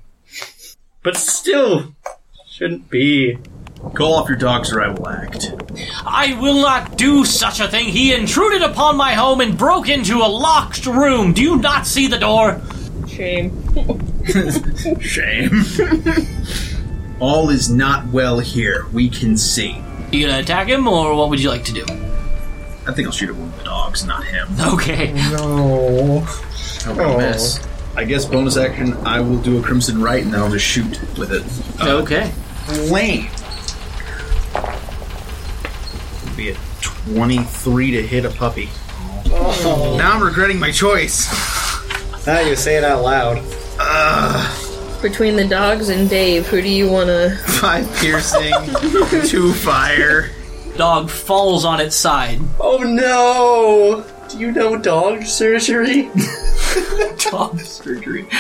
S2: but still, shouldn't be.
S4: Call off your dogs or I will act.
S1: I will not do such a thing! He intruded upon my home and broke into a locked room! Do you not see the door?
S3: Shame.
S4: Shame. All is not well here. We can see.
S1: You gonna attack him, or what would you like to do?
S4: I think I'll shoot at one of the dogs, not him.
S1: Okay.
S4: I would miss. Oh. I guess bonus action, I will do a crimson right, and then I'll just shoot with it. Uh,
S1: Okay.
S4: Lane. Be a twenty-three to hit a puppy. Now I'm regretting my choice.
S5: Now Ah, you say it out loud.
S3: Between the dogs and Dave, who do you wanna
S4: Five piercing, two fire.
S1: dog falls on its side.
S2: Oh no! Do you know dog surgery?
S1: Dog-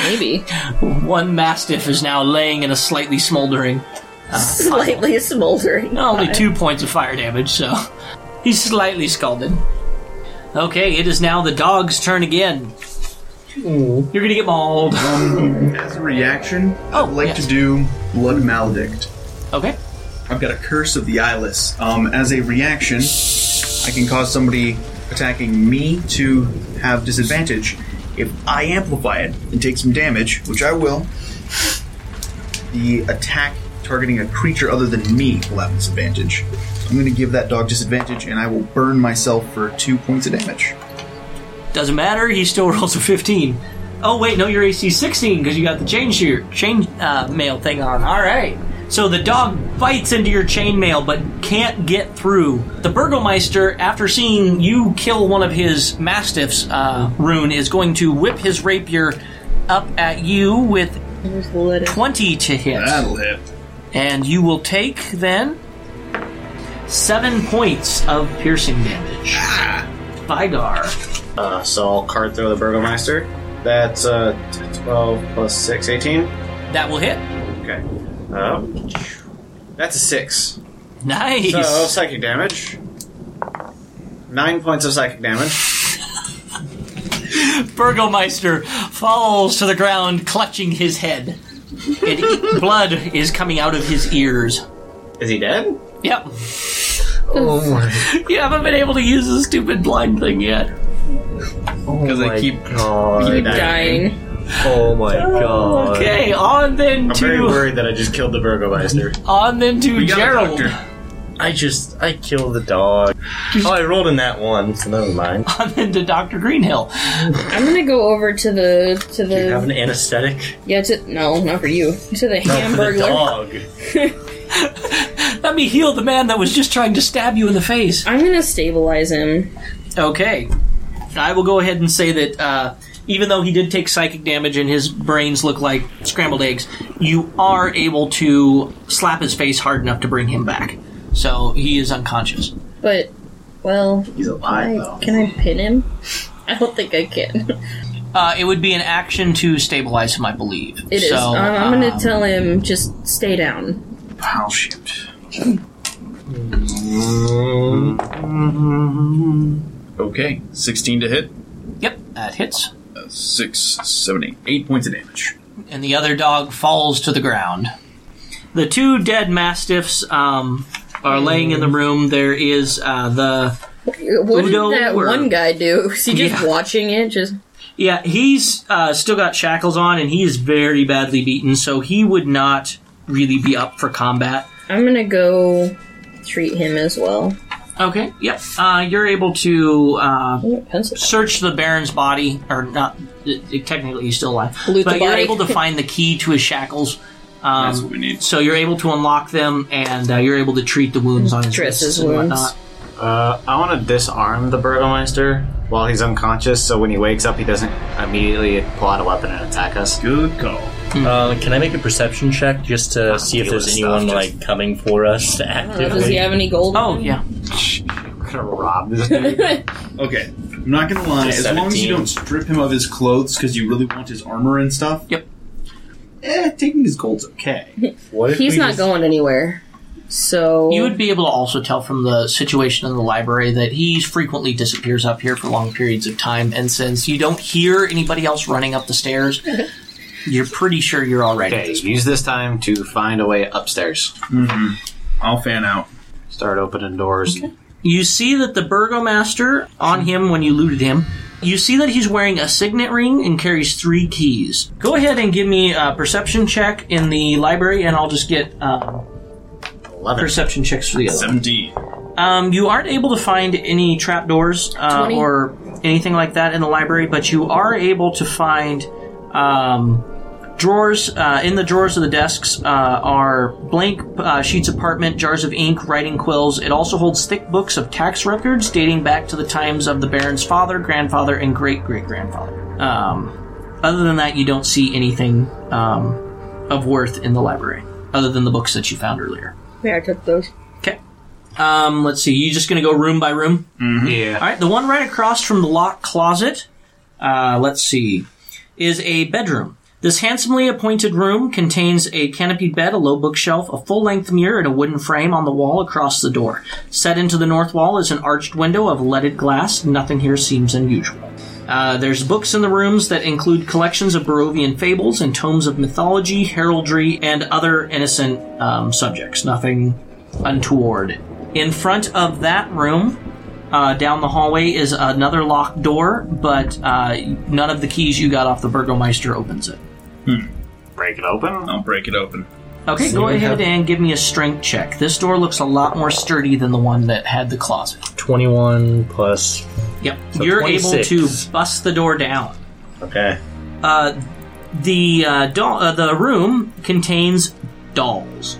S3: maybe?
S1: One mastiff is now laying in a slightly smoldering.
S3: Slightly smoldering.
S1: Only two points of fire damage, so he's slightly scalded. Okay, it is now the dog's turn again. You're gonna get mauled.
S4: As a reaction,
S1: Oh,
S4: I'd like
S1: yes.
S4: to do blood maledict.
S1: Okay.
S4: I've got a curse of the eyeless. Um, as a reaction, I can cause somebody attacking me to have disadvantage. If I amplify it and take some damage, which I will, the attack targeting a creature other than me will have disadvantage. I'm going to give that dog disadvantage, and I will burn myself for two points of damage.
S1: Doesn't matter. He still rolls a 15. Oh wait, no, your AC 16 because you got the chain shear, chain uh, mail thing on. All right. So the dog bites into your chainmail but can't get through. The Burgomeister, after seeing you kill one of his mastiffs, uh, Rune is going to whip his rapier up at you with
S3: Just let it-
S1: 20 to hit.
S4: hit.
S1: And you will take then seven points of piercing damage. Vigar.
S5: Uh, so I'll card throw the Burgomeister. That's uh, t- 12 plus 6, 18.
S1: That will hit.
S5: Okay. Uh, that's a 6.
S1: Nice.
S5: So, psychic damage. 9 points of psychic damage.
S1: Burgomeister falls to the ground, clutching his head. And blood is coming out of his ears.
S5: Is he dead?
S1: Yep. Oh
S12: Oh
S1: my. You haven't been able to use the stupid blind thing yet.
S4: Because I keep.
S3: Keep
S5: dying.
S3: dying.
S12: Oh my god.
S1: Okay, on then
S5: I'm very
S1: to
S5: worried that I just killed the Burgomeister.
S1: on then to
S4: got a
S1: Gerald.
S4: doctor.
S12: I just I killed the dog. Oh, I rolled in that one, so never mind.
S1: On then to Doctor Greenhill.
S3: I'm gonna go over to the to
S12: You have
S3: the
S12: an anesthetic
S3: yeah to no not for you to the
S12: for the
S3: Hamburglar.
S12: dog.
S1: Let me heal the man that was just trying to stab you in the face.
S3: I'm gonna stabilize him.
S1: Okay. I will go ahead and say that uh, even though he did take psychic damage and his brains look like scrambled eggs, you are able to slap his face hard enough to bring him back. So he is unconscious.
S3: But, well,
S13: He's alive,
S3: I,
S13: though.
S3: can I pin him? I don't think I can.
S1: Uh, it would be an action to stabilize him, I believe.
S3: It is.
S1: so,
S3: Um, I'm
S1: uh,
S3: gonna tell him just stay down.
S13: Pow, shoot.
S4: Okay, 16 to hit.
S1: Yep, that hits.
S4: Uh, Six, seven, eight. Eight points of damage.
S1: and the other dog falls to the ground. The two dead mastiffs um, are laying
S3: Mm.
S1: in the room. There is uh, the
S3: What did
S1: Udo
S3: that
S1: or-
S3: one guy do? Is he just
S1: Yeah.
S3: watching it? Just
S1: yeah. He's uh, still got shackles on, and he is very badly beaten, so he would not really be up for combat.
S3: I'm gonna go treat him as well.
S1: Okay. Yep. Uh, you're able to uh,
S3: I'm gonna pencil-
S1: search the Baron's body, or not. it- it- Technically, he's still alive,
S3: Loot
S1: but
S3: the
S1: you're
S3: body.
S1: able to find the key to his shackles. Um,
S4: That's what we need.
S1: So you're able to unlock them, and uh, you're able to treat the wounds on his
S3: Dress
S1: wrists
S3: his
S1: and
S3: wounds.
S1: whatnot.
S5: Uh, I want to disarm the Burgomeister while he's unconscious, so when he wakes up, he doesn't immediately pull out a weapon and attack us.
S4: Good call.
S2: Uh, can I make a perception check just to see if
S5: deal
S2: there's
S5: with
S2: anyone
S5: stuff,
S2: like coming for us
S3: I don't know, does he
S2: actively?
S3: have any gold?
S1: Oh
S3: on him?
S1: yeah.
S5: We're gonna rob this dude.
S4: Okay, I'm not gonna lie. As long as you
S2: 17.
S4: don't strip him of his clothes because you really want his armor and stuff.
S1: Yep.
S4: Eh, taking his gold's okay.
S2: What if
S3: He's
S2: we
S3: not
S2: just-
S3: going anywhere. So
S1: You would be able to also tell from the situation in the library that he frequently disappears up here for long periods of time, and since you don't hear anybody else running up the stairs, you're pretty sure you're all right.
S5: okay, use this time to find a way upstairs.
S4: I'll fan out.
S5: Start opening doors.
S1: You see that the burgomaster on him when you looted him. You see that he's wearing a signet ring and carries three keys. Go ahead and give me a perception check in the library, and I'll just get uh,
S5: Eleven.
S1: perception checks for the other.
S4: Seventeen.
S1: Um, you aren't able to find any trapdoors uh,
S3: 20.
S1: or anything like that in the library, but you are able to find um, drawers. Uh, in the drawers of the desks uh, are blank uh, sheets of parchment, jars of ink, writing quills. It also holds thick books of tax records dating back to the times of the Baron's father, grandfather, and great great grandfather. Um, other than that, you don't see anything um, of worth in the library, other than the books that you found earlier.
S3: yeah, I took those.
S1: Okay. Um, let's see. You just gonna go room by room?
S5: Yeah.
S1: All right. The one right across from the locked closet. Uh, let's see. Is a bedroom. This handsomely appointed room contains a canopied bed, a low bookshelf, a full-length mirror, and a wooden frame on the wall across the door. Set into the north wall is an arched window of leaded glass. Nothing here seems unusual. Uh, there's books in the rooms that include collections of Barovian fables and tomes of mythology, heraldry, and other innocent um, subjects. Nothing untoward. In front of that room, uh, down the hallway, is another locked door, but uh, none of the keys you got off the Burgomeister opens it.
S5: Break it open.
S4: I'll break it open.
S1: Okay, go ahead and give me a strength check. This door looks a lot more sturdy than the one that had the closet.
S2: 21 plus.
S1: Yep. You're able
S2: 26.
S1: to bust the door down.
S2: Okay.
S1: The uh, doll, uh, the room contains dolls.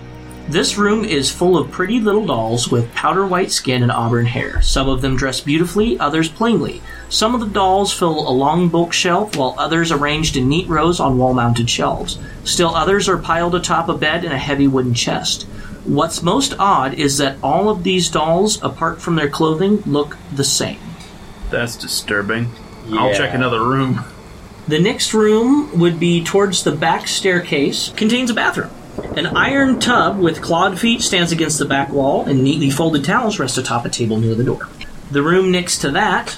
S1: This room is full of pretty little dolls with powder white skin and auburn hair. Some of them dressed beautifully, others plainly. Some of the dolls fill a long bookshelf, while others arranged in neat rows on wall-mounted shelves. Still others are piled atop a bed in a heavy wooden chest. What's most odd is that all of these dolls, apart from their clothing, look the same.
S4: That's disturbing. I'll check another room.
S1: The next room would be towards the back staircase, contains a bathroom. An iron tub with clawed feet stands against the back wall, and neatly folded towels rest atop a table near the door. The room next to that,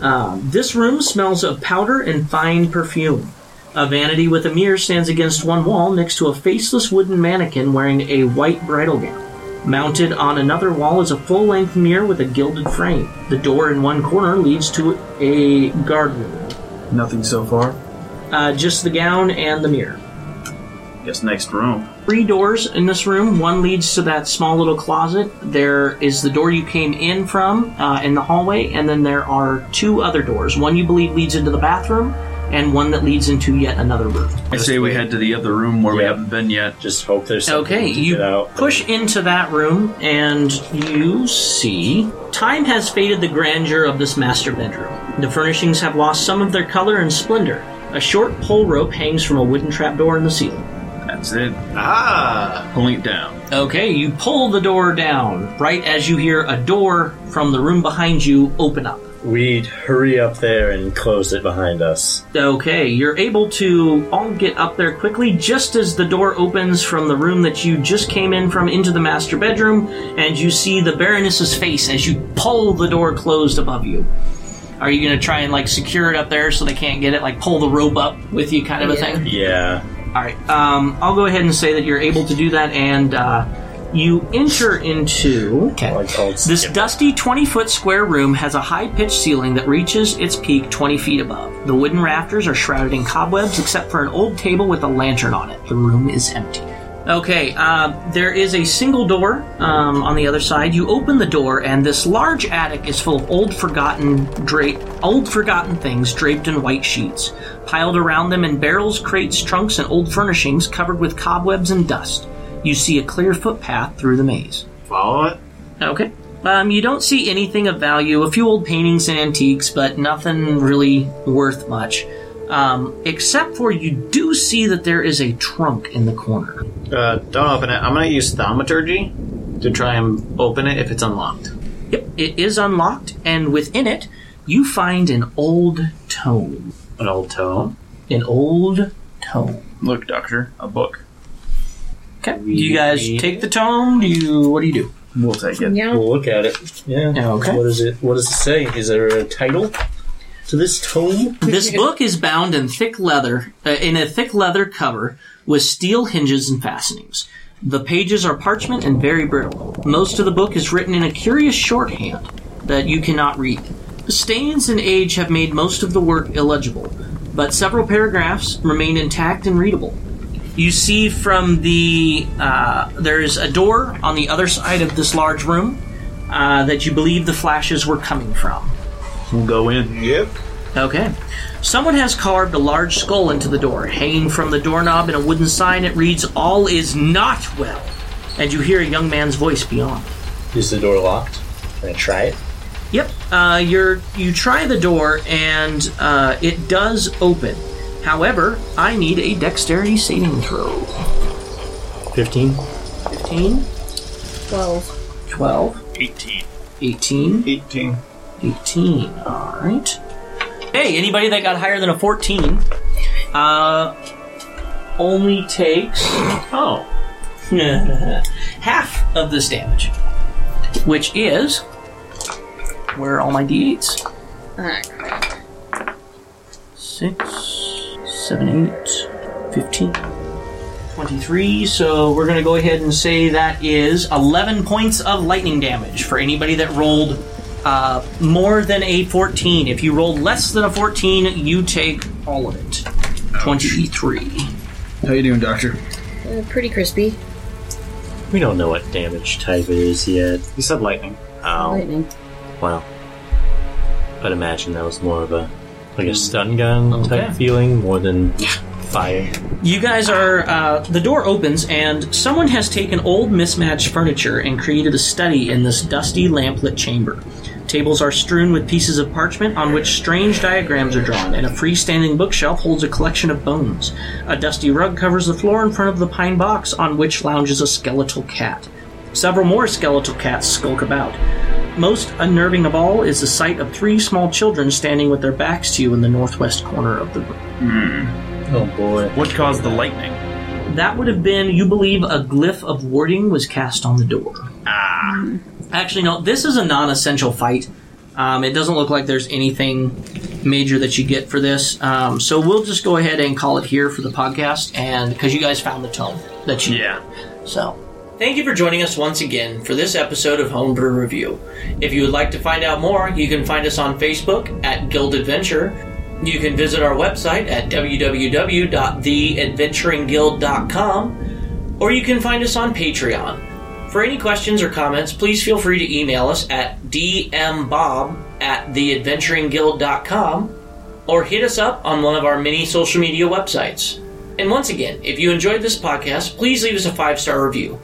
S1: um, this room smells of powder and fine perfume. A vanity with a mirror stands against one wall next to a faceless wooden mannequin wearing a white bridal gown. Mounted on another wall is a full length mirror with a gilded frame. The door in one corner leads to a guardroom.
S13: Nothing so far.
S1: Uh, just the gown and the mirror.
S4: Guess next room.
S1: Three doors in this room. One leads to that small little closet. There is the door you came in from uh, in the hallway, and then there are two other doors. One you believe leads into the bathroom, and one that leads into yet another room.
S7: I say we head to the other room where we
S2: Yeah.
S7: haven't been yet.
S2: Just hope there's something
S1: Okay,
S2: to
S1: you
S2: get out.
S1: push into that room and you see time has faded the grandeur of this master bedroom. The furnishings have lost some of their color and splendor. A short pole rope hangs from a wooden trapdoor in the ceiling.
S7: That's it.
S5: Ah,
S7: Pulling it down.
S1: Okay, you pull the door down right as you hear a door from the room behind you open up.
S2: We'd hurry up there and close it behind us.
S1: Okay, you're able to all get up there quickly just as the door opens from the room that you just came in from into the master bedroom, and you see the Baroness's face as you pull the door closed above you. Are you gonna try and like secure it up there so they can't get it? Like pull the rope up with you, kind of a
S3: Yeah.
S1: thing?
S2: Yeah.
S1: All right. Um, I'll go ahead and say that you're able to do that, and uh, you enter into.
S2: Like, I'll skip
S1: This dusty 20 foot square room has a high pitched ceiling that reaches its peak 20 feet above. The wooden rafters are shrouded in cobwebs except for an old table with a lantern on it. The room is empty. Okay, uh, there is a single door um, on the other side. You open the door, and this large attic is full of old, forgotten drape, old, forgotten things draped in white sheets, piled around them in barrels, crates, trunks, and old furnishings covered with cobwebs and dust. You see a clear footpath through the maze.
S5: follow it.
S1: Okay. Um, you don't see anything of value. A few old paintings and antiques, but nothing really worth much. Um, except for you do see that there is a trunk in the corner.
S5: Uh, don't open it. I'm gonna use thaumaturgy to try and open it if it's unlocked.
S1: Yep, it is unlocked, and within it, you find an old tome.
S5: An old tome.
S1: An old tome.
S7: Look, Doctor, a book.
S1: Okay. Do you guys take the tome? Do you? What do you do?
S7: We'll take it.
S3: Yeah.
S2: We'll look at it. Yeah.
S1: Okay.
S2: What is it? What does it say? Is there a title to this tome?
S1: This book is bound in thick leather, uh, in a thick leather cover with steel hinges and fastenings. The pages are parchment and very brittle. Most of the book is written in a curious shorthand that you cannot read. Stains and age have made most of the work illegible, but several paragraphs remain intact and readable. You see from the uh, there is a door on the other side of this large room uh, that you believe the flashes were coming from.
S7: We'll go in.
S5: Yep.
S1: Okay. Someone has carved a large skull into the door. Hanging from the doorknob in a wooden sign, it reads, All is not well. And you hear a young man's voice beyond.
S2: Is the door locked? Can I try it?
S1: Yep. Uh, you're you try the door and uh, it does open. However, I need a dexterity saving throw.
S2: Fifteen.
S1: 15,
S3: 12.
S1: 12,
S7: 18.
S1: 18,
S5: 18.
S1: 18. All right. Hey, anybody that got higher than a 14 uh, only takes
S5: Oh.
S1: half of this damage, which is where are all my d8s?
S3: Alright.
S1: Six, seven, eight, fifteen, twenty-three. So we're going to go ahead and say that is 11 points of lightning damage for anybody that rolled uh, more than a 14. If you rolled less than a 14, you take all of it. 23.
S4: How you doing, Doctor?
S3: Uh, pretty crispy.
S2: We don't know what damage type it is yet.
S11: You said lightning.
S2: Oh,
S3: Lightning.
S2: wow. I'd imagine that was more of a like a stun gun type feeling more than fire.
S1: You guys are. Uh, the door opens, and someone has taken old mismatched furniture and created a study in this dusty, lamplit chamber. Tables are strewn with pieces of parchment on which strange diagrams are drawn, and a freestanding bookshelf holds a collection of bones. A dusty rug covers the floor in front of the pine box on which lounges a skeletal cat. Several more skeletal cats skulk about. Most unnerving of all is the sight of three small children standing with their backs to you in the northwest corner of the room.
S2: Oh boy.
S7: What caused the lightning?
S1: That would have been, you believe, a glyph of warding was cast on the door. Ah. Actually, no, this is a non essential fight. Um, it doesn't look like there's anything major that you get for this. Um, so we'll just go ahead and call it here for the podcast, and because you guys found the tone that you
S7: Yeah.
S1: so, thank you for joining us once again for this episode of Homebrew Review. If you would like to find out more, you can find us on Facebook at Guild Adventure. You can visit our website at www.theadventuringguild.com, or you can find us on Patreon. For any questions or comments, please feel free to email us at dmbob at theadventuringguild.com or hit us up on one of our many social media websites. And once again, if you enjoyed this podcast, please leave us a five star review.